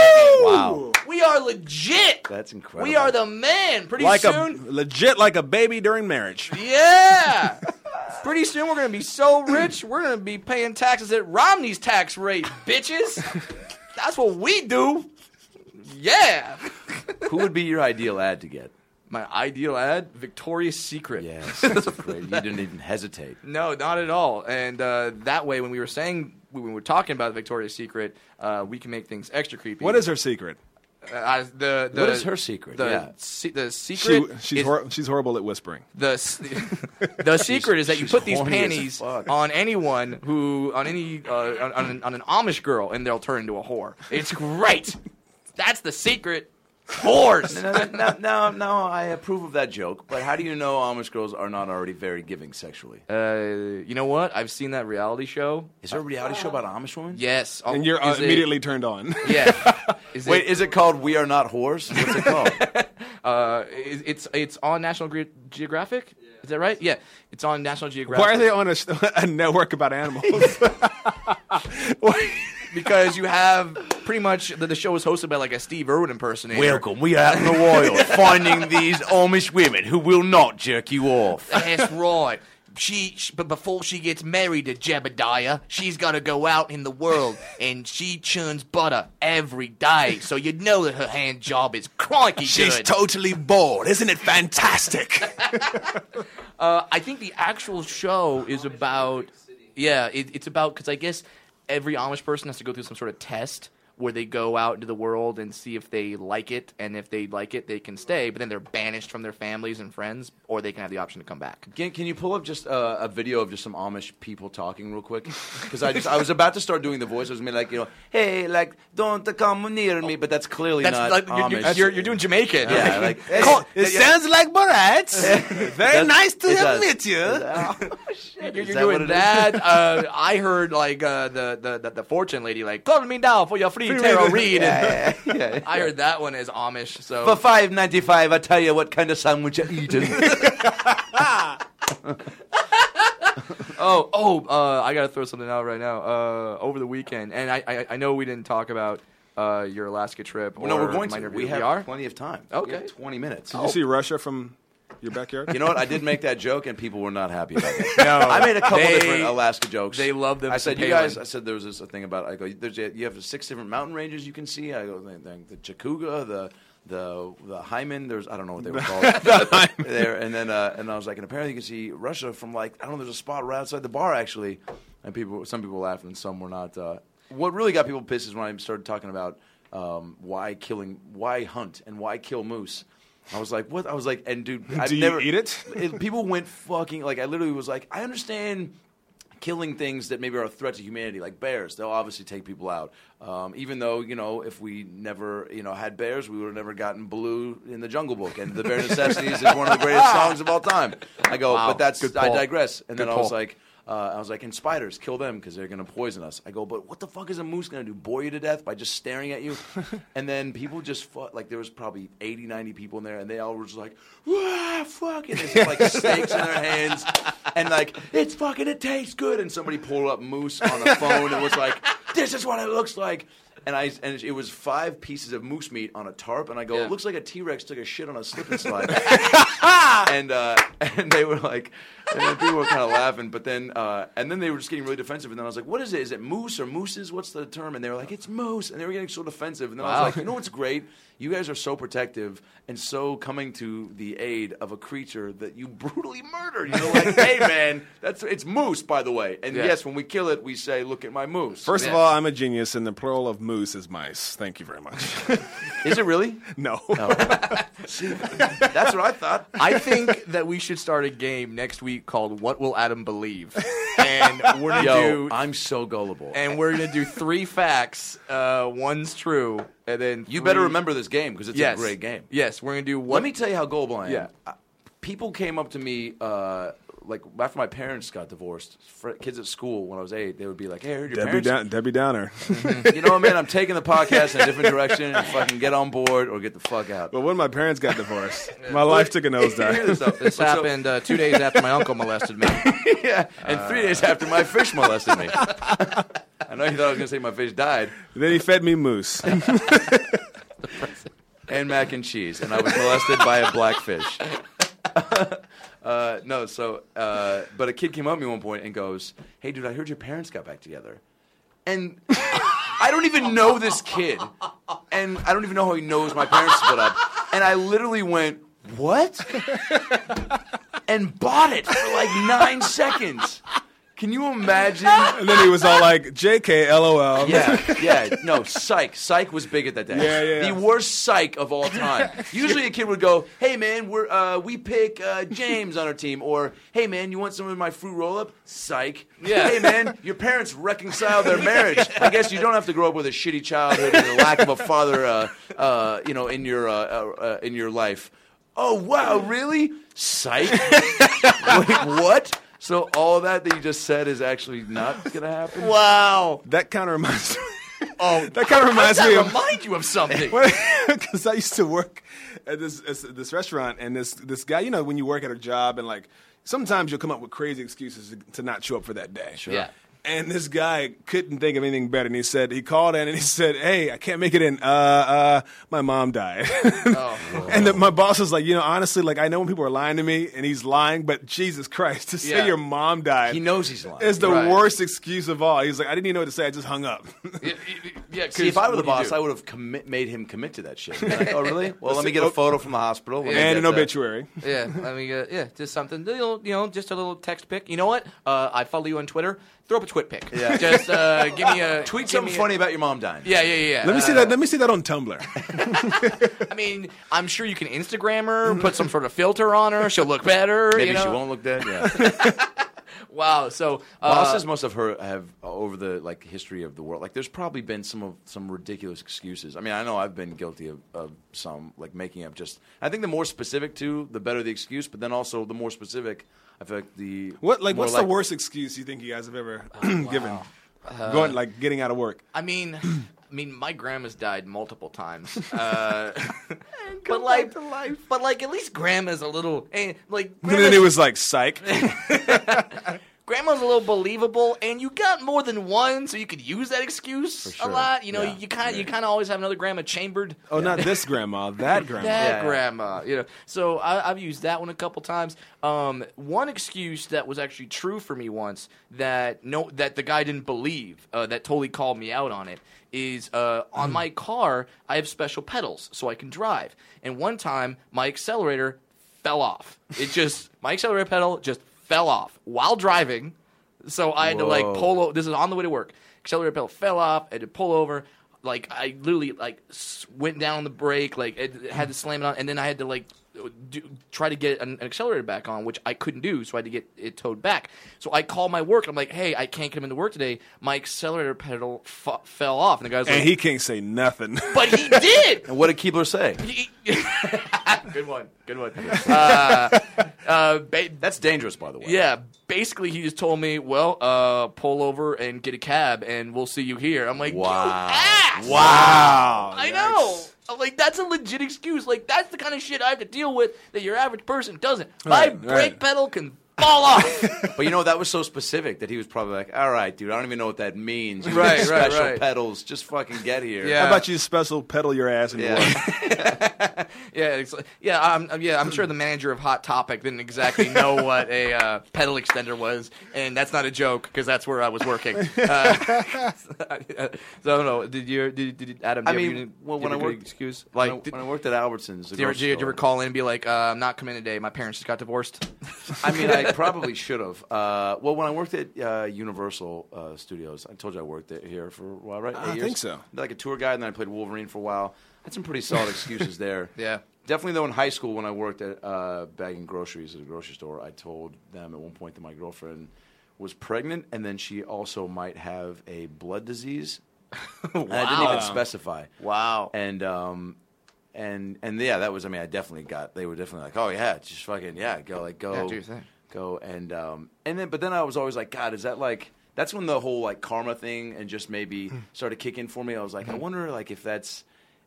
Wow.
We are legit.
That's incredible.
We are the man. Pretty
Like a
soon
legit like a baby during marriage.
yeah. Pretty soon we're gonna be so rich, we're gonna be paying taxes at Romney's tax rate, bitches. That's what we do. Yeah.
Who would be your ideal ad to get?
My ideal ad, Victoria's Secret.
Yes, that's great. You didn't even hesitate.
No, not at all. And uh, that way, when we were saying, when we were talking about Victoria's Secret, uh, we can make things extra creepy.
What is her secret?
uh, I, the, the
What is her secret?
The,
Yeah.
se- the secret
She, she's,
is, Oh,
hor- she's horrible at whispering.
the s- the secret is that you
she's
put these
horny as
panties
fuck.
on anyone who on any uh, on, on, an, on an Amish girl and they'll turn into a whore. It's great. That's the secret. Whores.
now, now, now, now I approve of that joke, but how do you know Amish girls are not already very giving sexually?
Uh, you know what? I've seen that reality show.
Is there a reality show about Amish women?
Yes. Oh,
And you're uh,
is it-
immediately turned on.
Yeah. Is
Wait,
it-
is it called We Are Not Whores? What's it called?
uh, is- it's it's on National Ge- Geographic. Is that right? Yeah, it's on National Geographic.
Why are they on a, a network about animals?
Because you have pretty much the, the show is hosted by like a Steve Irwin impersonator.
We are out in the wild, finding these Amish women who will not jerk you off.
That's right. She, sh but before she gets married to Jebediah, she's got to go out in the world, and she churns butter every day. So you know that her hand job is crikey good.
totally bored. Isn't it fantastic?
Uh, I think the actual show is about, yeah, it, it's about because I guess every Amish person has to go through some sort of test where they go out into the world and see if they like it, and if they like it, they can stay. But then they're banished from their families and friends, or they can have the option to come back.
Can, can you pull up just uh, a video of just some Amish people talking real quick? Because I just I was about to start doing the voice. I was made like you know, hey, like don't come near me. But that's clearly
That's
not
like
Amish.
you're, you're, you're, you're doing Jamaican.
yeah, like
it sounds like Borat's. Very nice to
it does.
have met you.
Oh, You're,
Is
you're
that what
doing
it
that. Uh, I heard like uh, the, the the the fortune lady like call me now for your free tarot read.
yeah, yeah, yeah.
I heard that one is Amish. So
For five ninety five, I tell you what kind of sandwich you're eating.
oh oh, uh, I gotta throw something out right now. Uh, over the weekend, and I, I I know we didn't talk about uh, your Alaska trip.
no,
or
we're going
my
to.
interview.
We have
are?
plenty of time.
Okay. Oh.
we have twenty minutes.
You see Russia from your backyard?
You know what? I did make that joke, and people were not happy about it. no, I made a couple
They-
different Alaska jokes.
they love them
I
some
said, you
Palin."
guys. I said there was this thing about. I go, there's you have six different mountain ranges you can see. I go, the, the, the Chakuga, the the the Hyman. There's I don't know what they were called. there and then uh, and I was like, and apparently you can see Russia from like I don't know. There's a spot right outside the bar actually, and people some people were laughing and some were not. Uh, what really got people pissed is when I started talking about um, why killing, why hunt, and why kill moose. I was like, what? I was like, and dude, I've
you
never
eat it?
it- people went fucking like I literally was like, I understand killing things that maybe are a threat to humanity, like bears. They'll obviously take people out. Um, even though you know, if we never you know had bears, we would have never gotten Blue in the Jungle Book, and the Bear Necessities is one of the greatest songs of all time. I go,
Wow.
but that's
Good
I
pull.
digress. And
Good
then I was
pull.
like. Uh, I was like, and spiders, kill them because they're going to poison us. I go, but what the fuck is a moose going to do? Bore you to death by just staring at you? and then people just fought. Like, there was probably 80, 90 people in there, and they all were just like, "Wah, fuck it. It's like snakes in their hands. And like, it's fucking, it tastes good. And somebody pulled up moose on a phone and was like, this is what it looks like. And I and it was five pieces of moose meat on a tarp, and I go,
Yeah.
it looks like a T Rex took a shit on a slip and slide. and uh, and they were like, and then people were kind of laughing, but then uh, and then they were just getting really defensive, and then I was like, what is it? Is it moose or mooses? What's the term? And they were like, it's moose, and they were getting so defensive, and then I
Wow.
was like, you know what's great? You guys are so protective and so coming to the aid of a creature that you brutally murder. You know, like, hey man, that's it's moose, by the way. And
Yeah.
yes, when we kill it, we say, look at my moose.
First of
Yeah.
all, I'm a genius, and the plural of moose is mice. Thank you very much.
is it really?
no.
Oh, That's what I thought.
I think that we should start a game next week called "What Will Adam Believe," and we're gonna do
I'm so gullible.
and we're gonna do three facts. Uh, one's true, and then
you
three-
better remember this game because it's
Yes,
a great game.
Yes, we're gonna do what?
Let me tell you how gullible I am.
Yeah.
I- people came up to me uh, like after my parents got divorced. Fr- kids at school when I was eight, they would be like, "Hey, I heard your
Debbie,
parents." Mm-hmm.
Down- Debbie Downer.
You know what, man? I'm taking the podcast in a different direction. And fucking get on board or get the fuck out.
but when my parents got divorced, my life took a
Hear
nosedive.
this stuff.
this
So-
happened uh, two days after my uncle molested me.
yeah, and three
Uh.
days after my fish molested me. I know you thought I was gonna say my fish died.
then he fed me moose.
and mac and cheese, and I was molested by a blackfish. uh, no, so uh, but a kid came up to me one point and goes, "Hey, dude, I heard your parents got back together," and I don't even know this kid, and I don't even know how he knows my parents split up, and I literally went, "What?" and bought it for like nine seconds. Can you imagine?
And then he was all like, "JK, LOL."
Yeah, yeah. No, psych. Psych was big at that day.
Yeah, yeah, yeah.
The worst psych of all time. Usually a kid would go, hey, man, we're, uh, we pick uh, James on our team. Or, hey, man, you want some of my fruit roll up? Psych.
Yeah.
Hey, man, your parents reconciled their marriage. I guess you don't have to grow up with a shitty childhood and the lack of a father uh, uh, you know, in, your, uh, uh, uh, in your life. Oh, wow, really? Psych. Wait, what? So all that that you just said is actually not going to happen?
Wow.
That kind of reminds me.
Oh,
That kind of reminds
that
me of
remind you of something.
because I used to work at this at this restaurant, and this this guy, you know, when you work at a job, and like sometimes you'll come up with crazy excuses to, to not show up for that day. Sure.
Yeah.
And this guy couldn't think of anything better, and he said he called in and he said, "Hey, I can't make it in. Uh, uh, my mom died."
Oh,
and the, my boss was like, "You know, honestly, like I know when people are lying to me, and he's lying, but Jesus Christ, to say
Yeah.
your mom died,
He knows he's lying.
is the
Right.
worst excuse of all." He's like, "I didn't even know what to say. I just hung up."
Yeah, yeah, 'cause
See, if I
what
were the
do you
boss,
do?
I would have commit, made him commit to that shit. Like, oh, really? Well, let me get a
oh.
photo from the hospital. Let me
and
get
an
that.
obituary.
yeah, I mean, uh, yeah, just something, little, you know, just a little text pic. You know what? Uh, I follow you on Twitter. Throw up a twit pic.
Yeah.
Just uh, give me a
Tweet
give
something
me a-
funny about your mom dying.
yeah, yeah, yeah.
Let me
Uh,
see that. Let me see that on Tumblr.
I mean, I'm sure you can Instagram her, put some sort of filter on her. She'll look better.
Maybe
you know?
she won't look dead. Yeah.
Wow. So uh,
Bosses must have heard have uh, over the like history of the world. Like, there's probably been some of some ridiculous excuses. I mean, I know I've been guilty of, of some like making up. Just I think the more specific too, the better the excuse. But then also the more specific, I feel like the
What like
more
what's the
likely-
worst excuse you think you guys have ever
Oh,
given?
Uh,
Going like getting out of work.
I mean, I mean, my grandma's died multiple times. Uh, but like, but like, at least grandma's a little and like
and then
grandma's,
it was like psych.
grandma's a little believable, and you got more than one, so you could use that excuse
sure.
a lot. You know,
Yeah,
you kind of you kind of always have another grandma chambered.
oh, not this grandma, that grandma.
That
Yeah, yeah.
grandma, you know. So I, I've used that one a couple times. Um, one excuse that was actually true for me once that no, that the guy didn't believe uh, that totally called me out on it is uh, on my car I have special pedals so I can drive. And one time my accelerator fell off. It just my accelerator pedal just fell off while driving. So I had to like
Whoa.
pull. o- This is on the way to work. Accelerator pedal fell off. I had to pull over. Like I literally like s- went down on the brake. Like it, had to slam it on, and then I had to like do, try to get an, an accelerator back on, which I couldn't do. So I had to get it towed back. So I called my work. I'm like, hey, I can't come into work today. My accelerator pedal f- fell off, and the guy's like,
And he can't say nothing.
but he did.
And what did Keebler say?
He- good one. Good one. Uh, uh, ba-
That's dangerous, by the way.
yeah, basically he just told me, "Well, uh, pull over and get a cab, and we'll see you here." I'm like, "You
Wow.
ass!"
wow.
I
Yikes.
know. I'm like, that's a legit excuse. Like, that's the kind of shit I have to deal with that your average person doesn't. My
Right,
brake
right.
pedal can fall off.
But you know that was so specific that he was probably like, "All right, dude, I don't even know what that means. You
Right,
need
right,
special
right.
pedals, just fucking get here."
Yeah.
How about you special pedal your ass and work?
yeah.
yeah, it's like, yeah, I'm, I'm- yeah. I'm sure the manager of Hot Topic didn't exactly know what a uh, pedal extender was, and that's not a joke because that's where I was working. Uh, so I don't know. Did you? Did, did Adam?
I
do you
mean,
have any-
well,
do you have
when I
a good
worked-
excuse
Like
like. did-
when I worked at Albertsons, the
Do you, ever,
grocery
do you- do you ever
store,
call in and be like, uh, "I'm not coming today. My parents just got divorced."
I mean, I probably should have. Uh, well, when I worked at uh, Universal uh, Studios, I told you I worked there, here for a while, right?
I
Eight years?
think so.
Did, Like a tour guide, and then I played Wolverine for a while. I had some pretty solid excuses there.
Yeah.
Definitely, though, in high school when I worked at uh, bagging groceries at a grocery store, I told them at one point that my girlfriend was pregnant, and then she also might have a blood disease. And I didn't
Wow.
even specify.
Wow.
And um, and and yeah, that was. I mean, I definitely got. They were definitely like, oh yeah, just fucking yeah, go like go
Yeah,
go
do your thing.
go and um and then but then i was always like god is that like that's when the whole like karma thing and just maybe
Hmm.
started kicking for me i was like i wonder like if that's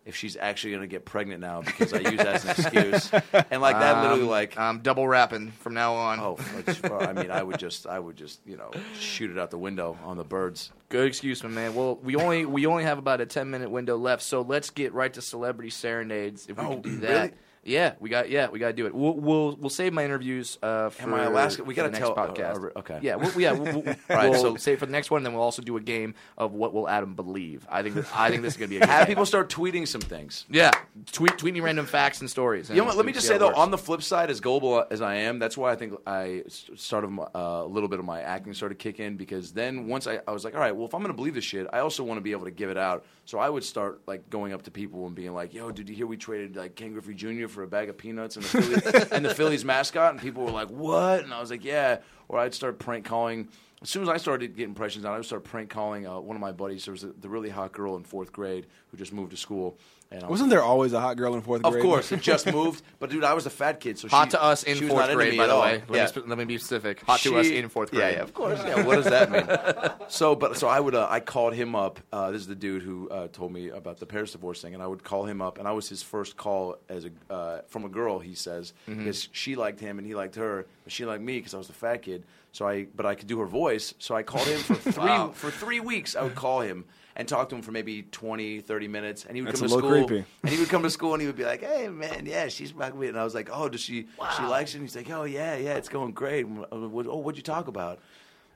if she's actually gonna get pregnant now because i use that as an excuse and like that literally like
I'm Um, double rapping from now on.
oh like, well, i mean i would just i would just you know shoot it out the window on the birds
Good excuse, my man. Well, we only Oh, we only have about a ten minute window left, so let's get right to celebrity serenades if we can do that. Yeah, we got. Yeah, we got to do it. We'll, we'll we'll save my interviews. Uh, for
Am I Alaska? We
for the
gotta
next
tell-
podcast.
uh, uh, okay.
Yeah. We'll, yeah. We'll, we'll,
right,
we'll
so-
save it for the next one. Then we'll also do a game of what will Adam believe. I think. This, I think this is gonna be a good game.
Have people start tweeting some things.
Yeah. Tweet tweet me random facts and stories.
You know what? Let me just say though, on the flip side, as gullible uh, as I am, that's why I think I s- sort of uh, a little bit of my acting started to kick in because then once I, I was like, all right, well, if I'm going to believe this shit, I also want to be able to give it out. So I would start like going up to people and being like, yo, did you hear we traded like Ken Griffey Jr. for a bag of peanuts and the Phillies, and the Phillies mascot? And people were like, what? And I was like, yeah. Or I'd start prank calling. As soon as I started getting impressions down, I would start prank calling uh, one of my buddies. There was a, the really hot girl in fourth grade who just moved to school. And I was
Wasn't there always a hot girl in fourth
of
grade?
course, it just moved. But dude, I was a fat kid, so
hot
she,
to us in
she was
fourth
not into
grade,
me
by
at
the
all.
way. Let,
Yeah.
me, sp- let me be specific. Hot to
She-
us in fourth grade.
Yeah, yeah, of course. Yeah, what does that mean? so, but so I would, uh, I called him up. Uh, this is the dude who uh, told me about the Paris divorce thing, and I would call him up, and I was his first call as a uh, from a girl. He says
Mm-hmm.
because she liked him and he liked her, but she liked me because I was the fat kid. So I, but I could do her voice. So I called him for three for three weeks. I would call him. And talk to him for maybe 20, 30 minutes, and he would
That's
come
a
to
little
school.
creepy.
And he would come to school and he would be like, "Hey man, yeah, she's back with me." And I was like, "Oh, does she? She likes it." And he's like, "Oh yeah, yeah, it's going great." And I was like, Oh, what'd you talk about?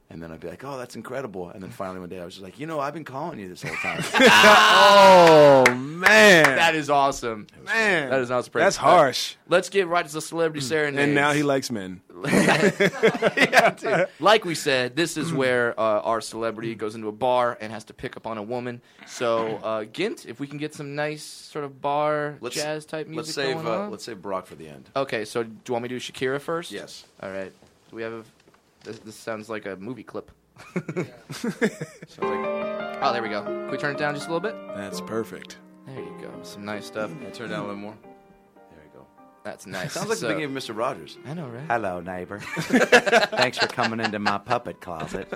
And then I'd be like, "Oh, that's incredible." And then finally one day I was just like, "You know, I've been calling you this whole time."
Oh man,
Ah. That is awesome.
man,
That is not surprising.
That's harsh.
Let's get right to the celebrity
Mm.
serenade.
And now he likes men.
like we said, this
Mm.
is where uh, our celebrity goes into a bar and has to pick up on a woman. So, uh, Gint, if we can get some nice sort of bar
Let's-
jazz type music
let's save
going
uh,
on.
let's save Brock for the end.
Okay, so do you want me to do Shakira first?
Uh, Yes.
All right. Do we have a? This, this sounds like a movie clip. sounds like. Oh, there we go. Can we turn it down just a little bit?
That's perfect.
There you go. Some nice stuff.
Yeah, turn it down a little more. There you go.
That's nice.
Sounds like
So-
the beginning of Mr. Rogers.
I know, right?
Hello, neighbor. Thanks for coming into my puppet closet.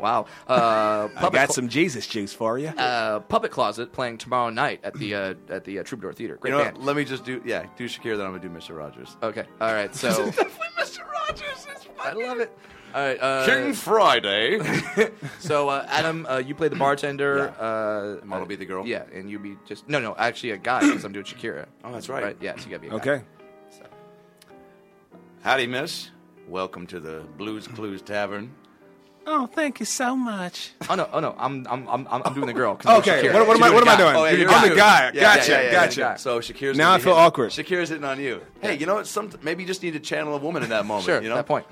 Wow. Uh,
I
Puppet
got
Clo-
some Jesus juice for you.
uh, Puppet Closet playing tomorrow night at the uh, at the uh, Troubadour Theater. Great
You know, what?
band.
let me just do yeah, do Shakira, then I'm gonna do Mr. Rogers.
Okay. All right. So
Mr. Rogers is
I love it. All right. Uh,
King Friday.
so uh, Adam, uh, you play the bartender. Uh,
Mom will be the girl.
yeah, and you be just no, no. Actually, a guy because I'm doing Shakira.
Oh, that's right.
Yeah, so you gotta be a guy.
Okay.
Howdy, miss. Welcome to the Blues Clues Tavern.
Oh, thank you so much.
Oh no, oh no. I'm I'm I'm, I'm doing the girl. 'cause I'm
Okay,
Shakira.
what, what am I?
You're
What am
the
I
guy.
doing?
Oh, yeah, you're
I'm
the
the
guy.
guy.
Yeah,
gotcha,
yeah, yeah, yeah,
gotcha.
yeah.
So Shakira's
Now
gonna
I
be
feel
hitting-
awkward.
Shakira's hitting on you. Hey, you know what? Some maybe you just need to channel a woman in that moment.
Sure.
you know?
That point.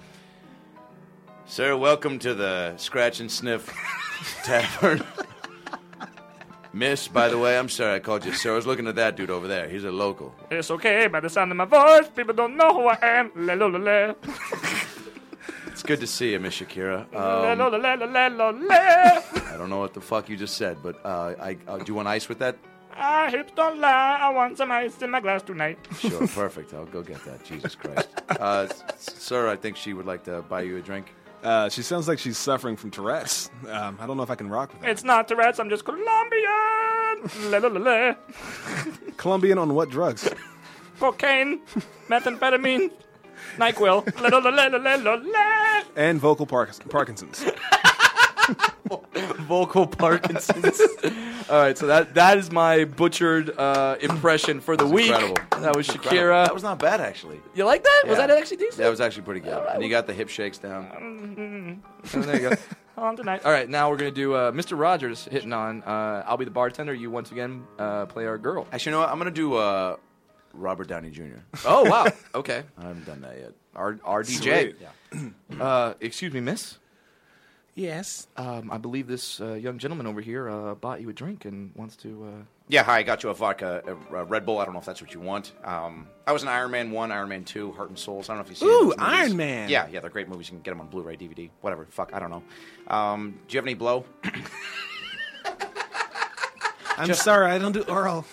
Sir, welcome to the Scratch and Sniff Tavern. Miss, by the way, I'm sorry I called you sir. I was looking at that dude over there. He's a local.
It's okay, by the sound of my voice, people don't know who I am. La la la la.
It's good to see you, Miss Shakira.
La
Um,
la la la la la la.
I don't know what the fuck you just said, but uh, I, uh, do you want ice with that?
I Ah, hips don't lie, I want some ice in my glass tonight.
Sure, perfect. I'll go get that. Jesus Christ. Uh, s- sir, I think she would like to buy you a drink.
Uh, she sounds like she's suffering from Tourette's. Um, I don't know if I can rock with that.
It's not Tourette's, I'm just Colombian. La la la la.
Colombian on what drugs?
Cocaine, methamphetamine, NyQuil. La la la la la la la.
and vocal Park- Parkinson's.
vocal Parkinson's. All right, so that that is my butchered uh, impression for the week.
incredible.
That was
Incredible.
Shakira.
That was not bad, actually.
you like that? Was
Yeah.
that actually decent?
That was actually pretty good. And you got the hip shakes down.
there you go.
On tonight.
All right, now we're gonna do uh, Mr. Rogers hitting on. Uh, I'll be the bartender. You once again uh, play our girl.
Actually, you know what? I'm going to do uh, Robert Downey Jr.
Oh wow. Okay.
I haven't done that yet.
R- RDJ. Uh, excuse me, miss.
Yes.
Um, I believe this uh, young gentleman over here uh, bought you a drink and wants to. Uh...
Yeah, hi. I got you a vodka, a, a Red Bull. I don't know if that's what you want. Um, I was an Iron Man 1, Iron Man 2, Heart and Souls. I don't know if you've seen
Ooh,
those movies.
Iron Man.
Yeah, yeah, they're great movies. You can get them on Blu ray, DVD, whatever. Fuck, I don't know. Um, do you have any blow?
I'm sorry, I don't do oral.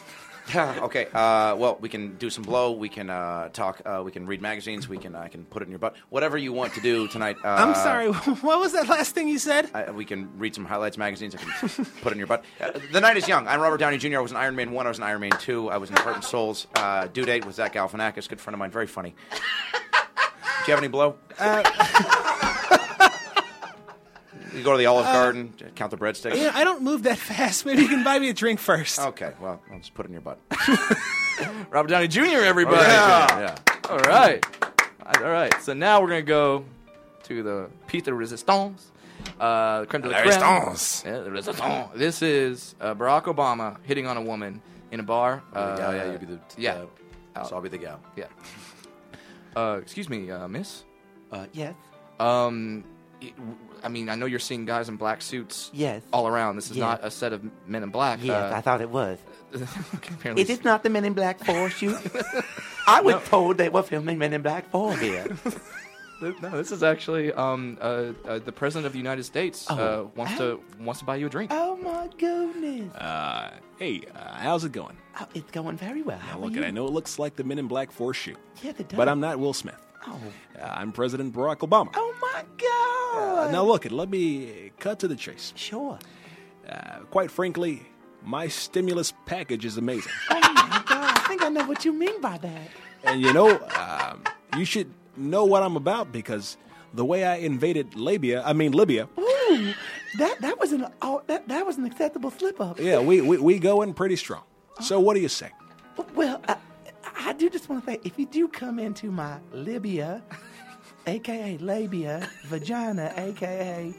okay. Uh, well, we can do some blow. We can uh, talk. Uh, we can read magazines. We can. I can put it in your butt. Whatever you want to do tonight. Uh,
what was that last thing you said?
I, we can read some highlights magazines. I can put it in your butt. Uh, the night is young. I'm Robert Downey Jr. I was in Iron Man One. I was in Iron Man Two. I was in Heart and Souls. Uh, due date was Zach Galifianakis, good friend of mine, very funny. Do you have any blow? You go to the Olive Garden, count the breadsticks.
You know, I don't move that fast. Maybe you can buy me a drink first.
Oh,
Okay, well, I'll just put it in your butt.
uh, Robert Downey Jr. Everybody.
Oh, yeah.
All right. All right. So now we're gonna go to the pizza resistance. Uh, creme de la, creme.
Resistance.
Yeah, the resistance. This is uh, Barack Obama hitting on a woman in a bar. Uh,
Oh, yeah, yeah, you'll be the
yeah.
uh, so I'll be the gal.
Yeah. Uh, excuse me, uh, miss.
Uh, yes.
Um, it- I mean, I know you're seeing guys in black suits.
Yes.
All around. This is
Yeah.
not a set of men in black. uh,
Yes,
Uh,
I thought it was.
apparently
Is it not the Men in Black 4 shoot? I was told they were filming Men in Black 4 here.
No, this is actually um, uh, uh, the president of the United States uh, wants to wants to buy you a drink.
oh my goodness.
Hey, uh, how's it going?
Oh, it's going very well. How
Now
are
look,
you?
I know it looks like the Men in Black Four shoot,
Yeah, they
but
do.
I'm not Will Smith.
Oh,
Uh, I'm President Barack Obama. Uh,
oh my God.
Now look, let me cut to the chase.
Sure.
Uh, quite frankly, my stimulus package is amazing,
Oh my God. I think I know what you mean by that.
and you know, um, you should know what I'm about because the way I invaded Libya, I mean Libya.
Ooh, that, that, was an, oh, that, that was an acceptable slip up.
Yeah, we we, we go in pretty strong. So what do you say?
Well, I, I do just want to say if you do come into my Libya, aka labia, vagina, aka.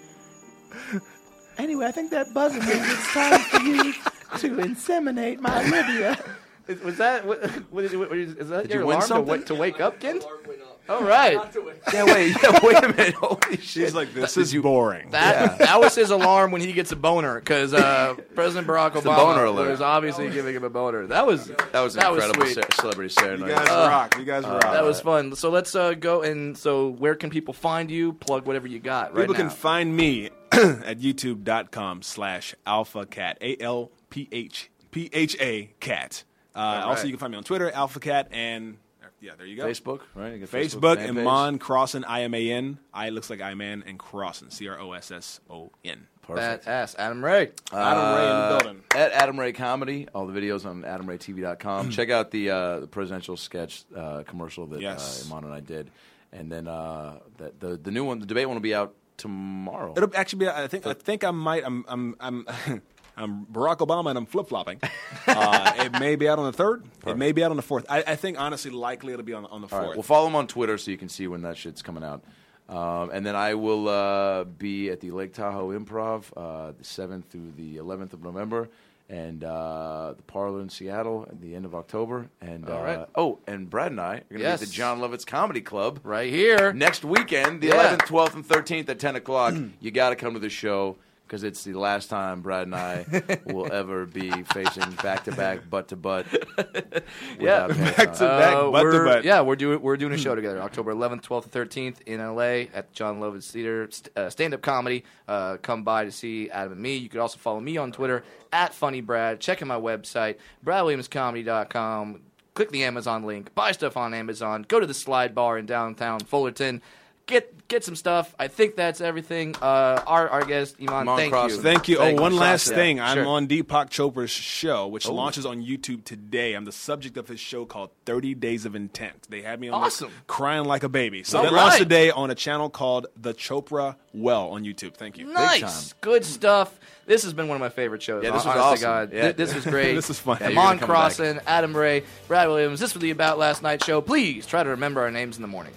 Anyway, I think that buzzer means it's time for you to inseminate my Libya.
Is, was that what, what is, what is, is that your
you win
alarm to, wa-
something?
to wake up, Kent? All right,
Yeah, wait, yeah, wait a minute. Holy shit.
He's like, this is boring.
that that was his alarm when he gets a boner because uh, President Barack
a
Obama
boner alert.
was obviously giving him a boner. That was
That was an
that was
incredible
sweet.
ce- celebrity
You
serenade.
guys rock. You guys rock.
Uh, That was fun. So let's uh, go and so where can people find you? Plug whatever you got right
People can
now.
find me at youtube.com slash alphacat, A-L-P-H, P-H-A, cat. Uh, Also, you can find me on Twitter, alphacat, and yeah, there you go.
Facebook, right? You got
Facebook,
fan page.
Iman Crossan, I-M-A-N. I looks like I man and Crossan, C-R-O-S-S-O-N.
Perfect.
Badass Adam Ray.
Adam Ray in the
Uh,
building.
At Adam Ray Comedy, all the videos on AdamRayTV.com. Check out the uh, the presidential sketch uh, commercial that
Yes.
uh, Iman and I did, and then uh, the, the the new one, the debate one, will be out tomorrow.
It'll actually be. I think. I think I might. I'm. I'm. I'm. I'm Barack Obama and I'm flip flopping. uh, it may be out on the third. It may be out on the fourth. I, I think honestly, likely it'll be on, on the
All
fourth.
right, well, follow him on Twitter so you can see when that shit's coming out. Um, and then I will uh, be at the Lake Tahoe Improv uh, the 7th through the 11th of November, and uh, the Parlor in Seattle at the end of October. And
All
uh,
right.
oh, and Brad and I are going to
Yes.
be at the John Lovitz Comedy Club
Right here.
next weekend, the
Yeah.
11th, 12th, and 13th at 10 o'clock. you got to come to the show because it's the last time Brad and I will ever be facing back to back, butt to butt.
Yeah.
back
to back,
Uh,
butt to
we're-
butt.
Yeah, we're doing we're doing a show together, October 11th, 12th, and 13th in LA at John Lovitz Theater, st- uh, stand up comedy. Uh, come by to see Adam and me. You could also follow me on Twitter at Funny Brad. Check out my website, BradWilliamsComedy.com. Click the Amazon link, buy stuff on Amazon. Go to the Slide Bar in downtown Fullerton. Get get some stuff. I think that's everything. Uh, our our guest Iman,
Iman
thank
Crossan.
you.
Thank you.
Thank
oh,
you,
one
Sasha.
last thing.
Sure.
I'm on Deepak Chopra's show, which launches on YouTube today. I'm the subject of his show called 30 Days of Intent. They had me on this
Awesome.
crying like a baby. So
All
they launched
right.
today on a channel called The Chopra Well on YouTube. Thank you.
Nice, good stuff. This has been one of my favorite shows.
Yeah, this was
honest to
awesome.
God,
Yeah.
Th- this was great.
This was fun. Yeah, you're
Amon
gonna come back.
Crossan, Adam Ray, Brad Williams. This was the About Last Night show. Please try to remember our names in the morning.